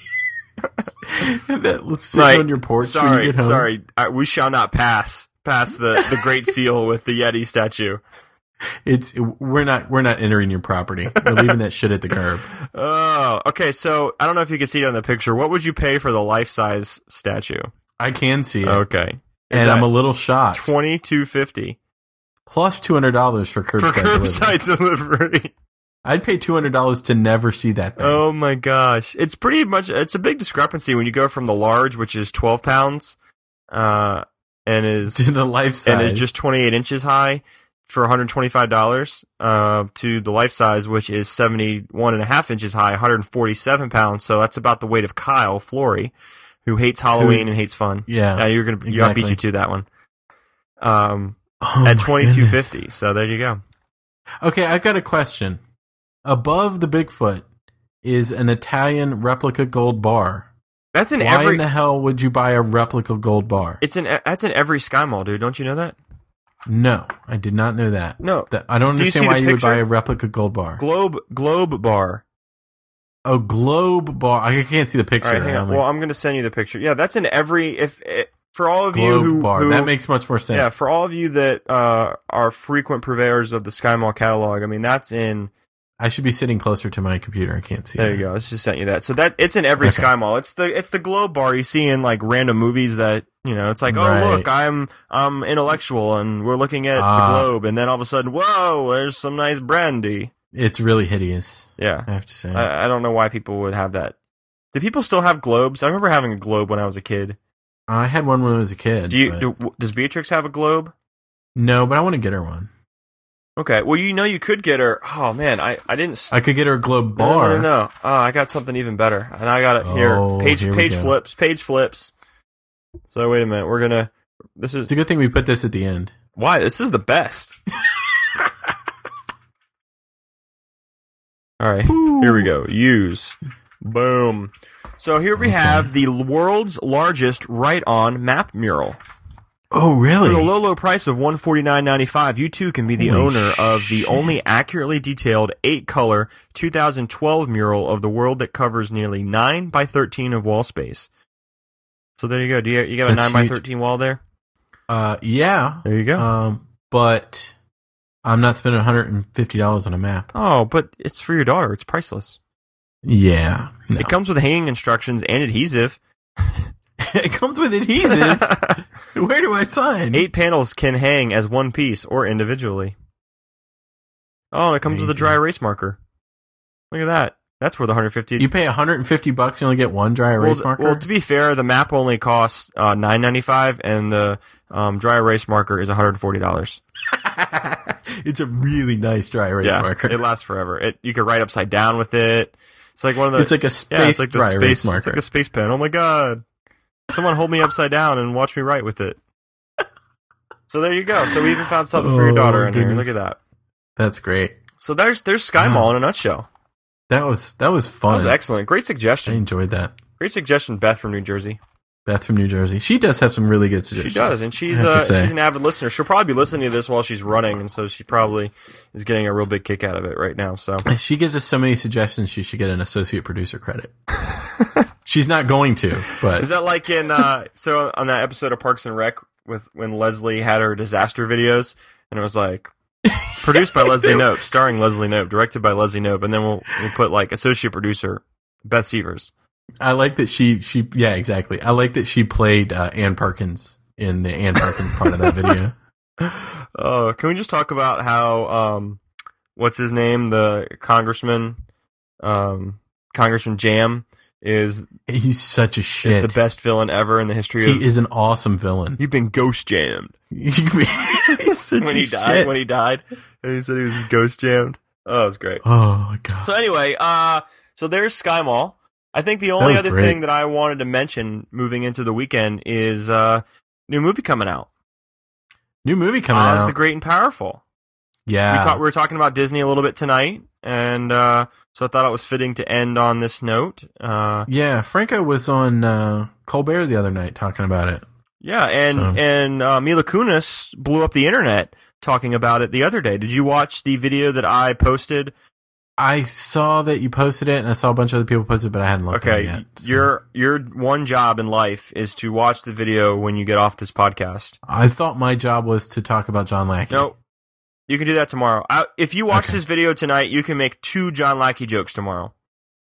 that let's sit
Right.
on your porch when
Sorry,
you get home.
sorry. Uh, we shall not pass past the, the Great Seal with the Yeti statue.
It's we're not we're not entering your property. We're leaving that shit at the curb.
Oh, okay. So I don't know if you can see it on the picture. What would you pay for the life size statue?
I can see it,
Okay, Is
and I'm a
that
little shocked.
twenty two fifty
Plus two hundred dollars for
for
curbside. delivery.
curbside delivery.
I'd pay two hundred dollars to never see that thing.
Oh my gosh, it's pretty much it's a big discrepancy when you go from the large, which is twelve pounds, uh, and is
to the life size.
and is just 28 inches high for 125 dollars uh, to the life size, which is 71 and a half inches high, 147 pounds. So that's about the weight of Kyle Flory, who hates Halloween and hates fun.
yeah.
Yeah, you're gonna yeah, I
exactly.
beat you to that one. Um,
Oh
at
my
2250.
goodness.
So there you go.
Okay, I've got a question. Above the Bigfoot is an Italian replica gold bar.
That's in
Why
every.
in the hell would you buy a replica gold bar?
it's in that's in every Sky Mall, dude. Don't you know that?
no, I did not know that.
No.
That- I don't
Do you see
understand
the
why you would
picture?
buy a replica gold bar.
Globe Globe Bar.
a globe bar. I can't see the
All
picture.
right, hang on.
I'm like,
Well, I'm gonna send you the picture. Yeah, that's in every. If eh, for all of
globe
you who,
bar.
who
that makes much more sense.
Yeah, for all of you that uh, are frequent purveyors of the SkyMall catalog, I mean that's in
I should be sitting closer to my computer. I can't see.
There
that.
you go. It's just sent you that. So that it's in every
Okay.
Sky Mall. It's the it's the globe bar you see in like random movies that you know. It's like, oh
Right.
look, I'm I'm intellectual, and we're looking at
Ah.
the globe, and then all of a sudden, whoa, there's some nice brandy.
It's really hideous.
Yeah,
I have to say.
I, I don't know why people would have that. Do people still have globes? I remember having a globe when I was a kid.
I had one when I was a kid.
Do you?
but-
Do, does Beatrix have a globe?
no, but I want to get her one.
Okay. Well, you know, you could get her. Oh man, I I didn't. s-
I could get her a globe
No,
bar.
No, no, no. Oh, I got something even better, and I got it
Oh,
here. Page
here we
page
go.
flips, page flips. So wait a minute. We're gonna. This is
It's a good thing we put this at the end.
why this is the best. All right, here we go. Use, boom. So here we
Okay.
have the world's largest right-on map mural.
Oh,
For
really?
the low, low price of one forty nine ninety five, you too can be the
Holy
owner of the
shit.
only accurately detailed eight color 2012 mural of the world that covers nearly nine by thirteen of wall space. So there you go. Do you, you got a
That's
nine by
huge.
thirteen wall there?
Uh, yeah.
There you go.
Um, but I'm not spending 150 dollars on a map.
oh, but it's for your daughter. It's priceless.
Yeah. No.
It comes with hanging instructions and adhesive.
it comes with adhesive. Where do I sign?
Eight panels can hang as one piece or individually. Oh, and it comes with a
Amazing.
dry erase marker. Look at that. That's worth 150
You pay 150 bucks, you only get one dry erase
well,
marker.
well, to be fair, the map only costs uh, nine ninety five, and the um, dry erase marker is one hundred forty dollars.
it's a really nice dry erase
Yeah,
marker.
it lasts forever. It you could write upside down with it. It's like one of the
it's like a space
yeah, it's like the
dry
space
erase
It's
marker.
like a space pen. Oh my god! Someone hold me upside down and watch me write with it. So there you go. So we even found something for your
Oh,
daughter
my
in here. Look
goodness.
at that.
That's great.
So there's there's Sky
Wow.
Mall in a nutshell.
That was that was
That
fun.
was excellent. Great
I
suggestion.
enjoyed that.
Great suggestion, Beth from New Jersey.
Beth from New Jersey. She does have some really good
She
suggestions.
does, and
I
she's
have to
uh,
say.
she's an avid listener. She'll probably be listening to this while she's running, and so she probably is getting a real big kick out of it right now. So
She gives us so many suggestions. She should get an associate producer credit. she's not going to, but
is that like in uh, so on that episode of Parks and Rec with when Leslie had her disaster videos, and it was like produced by Leslie Nope, starring Leslie Nope, directed by Leslie Nope, and then we'll we'll put like associate producer Beth Severs.
I like that she she yeah exactly. I like that she played uh, Ann Parkins in the Ann Parkins part of that video.
Uh, can we just talk about how um, what's his name, the congressman, um, Congressman Jam is
He's such a
is
shit.
the best villain ever in the history of.
He is an awesome villain.
You've been ghost jammed
He's such
when
a
he died.
shit.
When he died, and he said he was ghost jammed. Oh, it was great.
oh my god.
So anyway, uh, so there's Sky Mall. I think the only
was
other
great.
thing that I wanted to mention moving into the weekend is uh, new movie coming out.
New movie coming
Oz
out.
the Great and Powerful.
yeah.
We, talk, we were talking about Disney a little bit tonight, and uh, so I thought it was fitting to end on this note. Uh,
yeah, Franco was on uh, Colbert the other night talking about it.
yeah, and
So-
and uh, Mila Kunis blew up the internet talking about it the other day. Did you watch the video that I posted
I saw that you posted it, and I saw a bunch of other people posted it, but I hadn't looked at it
Okay,
yet. so.
your your one job in life is to watch the video when you get off this podcast.
I thought my job was to talk about John Lackey.
No, you can do that tomorrow. I, if you watch
Okay.
this video tonight, you can make two John Lackey jokes tomorrow.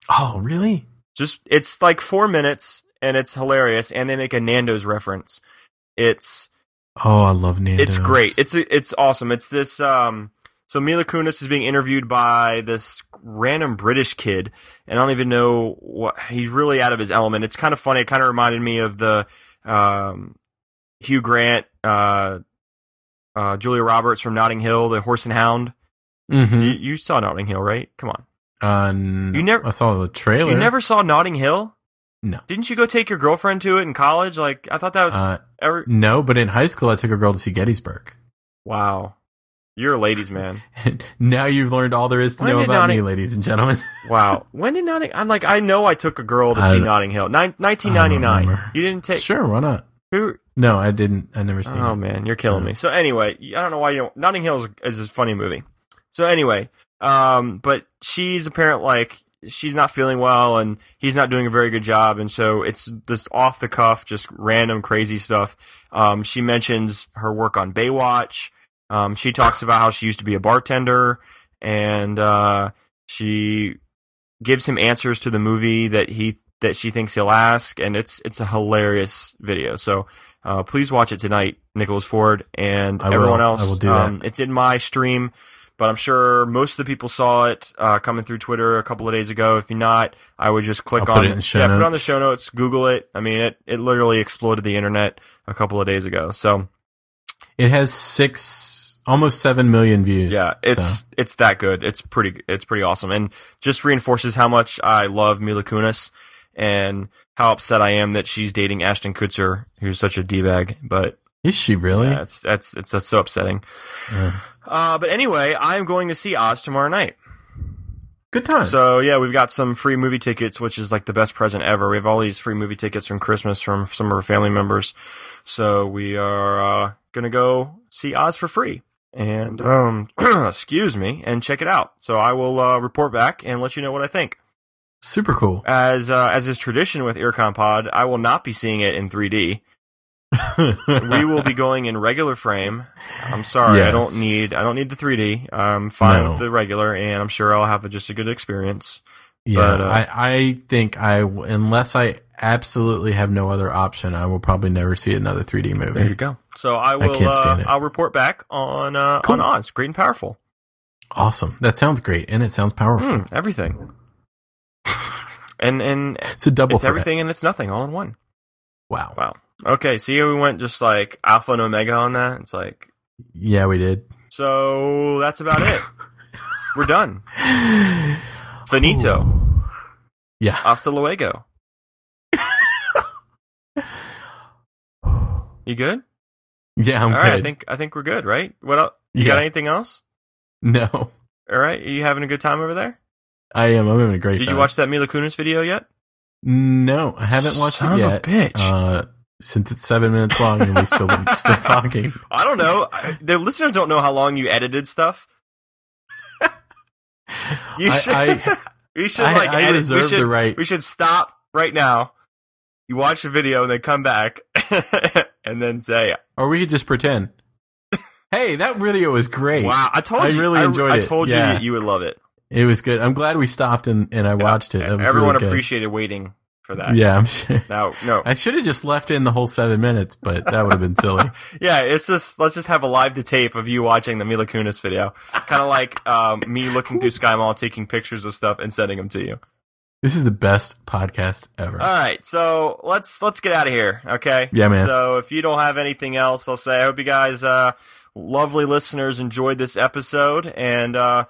Oh, really?
Just it's like four minutes and it's hilarious, and they make a Nando's reference. It's
Oh, I love Nando's.
it's great. It's it's awesome. It's this um so Mila Kunis is being interviewed by this random British kid and I don't even know what he's really out of his element. It's kind of funny. It kind of reminded me of the um Hugh Grant uh uh, Julia Roberts from Notting Hill, The Horse and Hound. You,
Mm-hmm.
you saw Notting Hill, right? Come on.
Um,
You never-
I saw the trailer.
You never saw Notting Hill?
No.
Didn't you go take your girlfriend to it in college? Like I thought that was
Uh,
every-
no, but in high school, I took a girl to see Gettysburg.
wow. You're a ladies man.
now you've learned all there is to
When
know
did
about
Notting-
me, ladies and gentlemen.
Wow. When did Notting? I'm like, I know I took a girl to
I
see
don't-
Notting Hill. Nin-
I don't
1999.
remember.
You didn't take.
sure, why not?
Who?
No, I didn't. I never seen
Oh
it.
man, you're killing
Uh.
me. So anyway, I don't know why you don't. Notting Hill is, is a funny movie. So anyway, um, but she's apparently like she's not feeling well, and he's not doing a very good job, and so it's this off the cuff, just random crazy stuff. Um, she mentions her work on Baywatch. Um, she talks about how she used to be a bartender, and uh, She gives him answers to the movie that he that she thinks he'll ask, and it's it's a hilarious video. So uh, please watch it tonight, Nicholas Ford and
I will.
everyone
I
else.
will do that.
Um, it's in my stream, but I'm sure most of the people saw it uh, coming through Twitter a couple of days ago. If you're not, I would just click
I'll
on
put it in the show
yeah, put it on the
notes.
show notes, Google it. I mean, it it literally exploded the internet a couple of days ago. So
It has six, almost seven million views.
yeah, it's
so.
it's that good. It's pretty it's pretty awesome, and just reinforces how much I love Mila Kunis and how upset I am that she's dating Ashton Kutcher, who's such a d bag. But
is she really?
yeah, it's that's it's that's so upsetting.
Yeah.
Uh, but anyway, I'm going to see Oz tomorrow night.
Good times.
So yeah, we've got some free movie tickets, which is like the best present ever. We have all these free movie tickets from Christmas from some of our family members. So we are uh, gonna go see Oz for free, and um, excuse me, and check it out. So I will uh, report back and let you know what I think.
super cool.
As uh, as is tradition with Earcon Pod, I will not be seeing it in 3D. We will be going in regular frame. I'm sorry, I don't
Yes.
need I don't need the 3D. I'm fine
No.
with the regular, and I'm sure I'll have a, just a good experience.
Yeah,
But, uh,
I, I think I w- unless I absolutely have no other option, I will probably never see another 3D
There you
movie.
go. So I will.
Mm. can't stand
uh,
it.
I'll report back on uh,
Cool.
on Oz, great and powerful.
Awesome. That sounds great, and it sounds powerful.
Mm, everything. and and
It's a double
it's
threat.
everything and it's nothing all in one.
Wow.
Wow. Okay. See, how we went just like alpha and omega on that. It's like
Yeah, we did.
so. That's about it. We're done. Finito.
Ooh. Yeah.
Hasta luego. You good?
Yeah, I'm
All
good.
right. I think I think we're good. Right. What else? You
Yeah.
got anything else?
no,
All right. Are you having a good time over there?
I am. I'm having a great
Did
time.
you watch that Mila Kunis video yet?
No, I haven't watched
Son
it
of a
yet.
bitch.
Uh, since it's seven minutes long and we've still been still talking.
I don't know. I- The listeners don't know how long you edited stuff. You
I-
should.
I-
we should
I-
like
I
edit. we
reserve
should-
the right.
We should stop right now. You watch the video and then come back and then say,
Or we could just pretend. Hey, that video was great.
"Wow, I told
I
you,
really
I,
enjoyed
I
it.
told you
Yeah.
that you would love it.
It was good. I'm glad we stopped and, and I watched it. That was
Everyone
really good.
appreciated waiting for that.
Yeah, I'm sure.
Now, no,
I should have just left in the whole seven minutes, but that would have been silly.
yeah, it's just let's just have a live to tape of you watching the Mila Kunis video, kind of like um, me looking through Sky Mall, taking pictures of stuff and sending them to you.
This is the best podcast ever.
All right, so let's let's get out of here, okay?
Yeah, man.
So if you don't have anything else, I'll say I hope you guys, uh, lovely listeners, enjoyed this episode, and uh,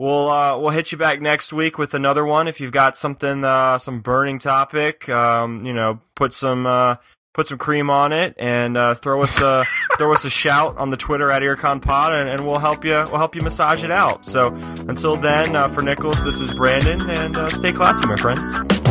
we'll uh, we'll hit you back next week with another one. If you've got something, uh, some burning topic, um, you know, put some uh, put some cream on it, and uh, throw us a throw us a shout on the Twitter at EarconPod, and, and we'll help you we'll help you massage it out. So until then, uh, for Nicholas, this is Brandon, and uh, stay classy, my friends.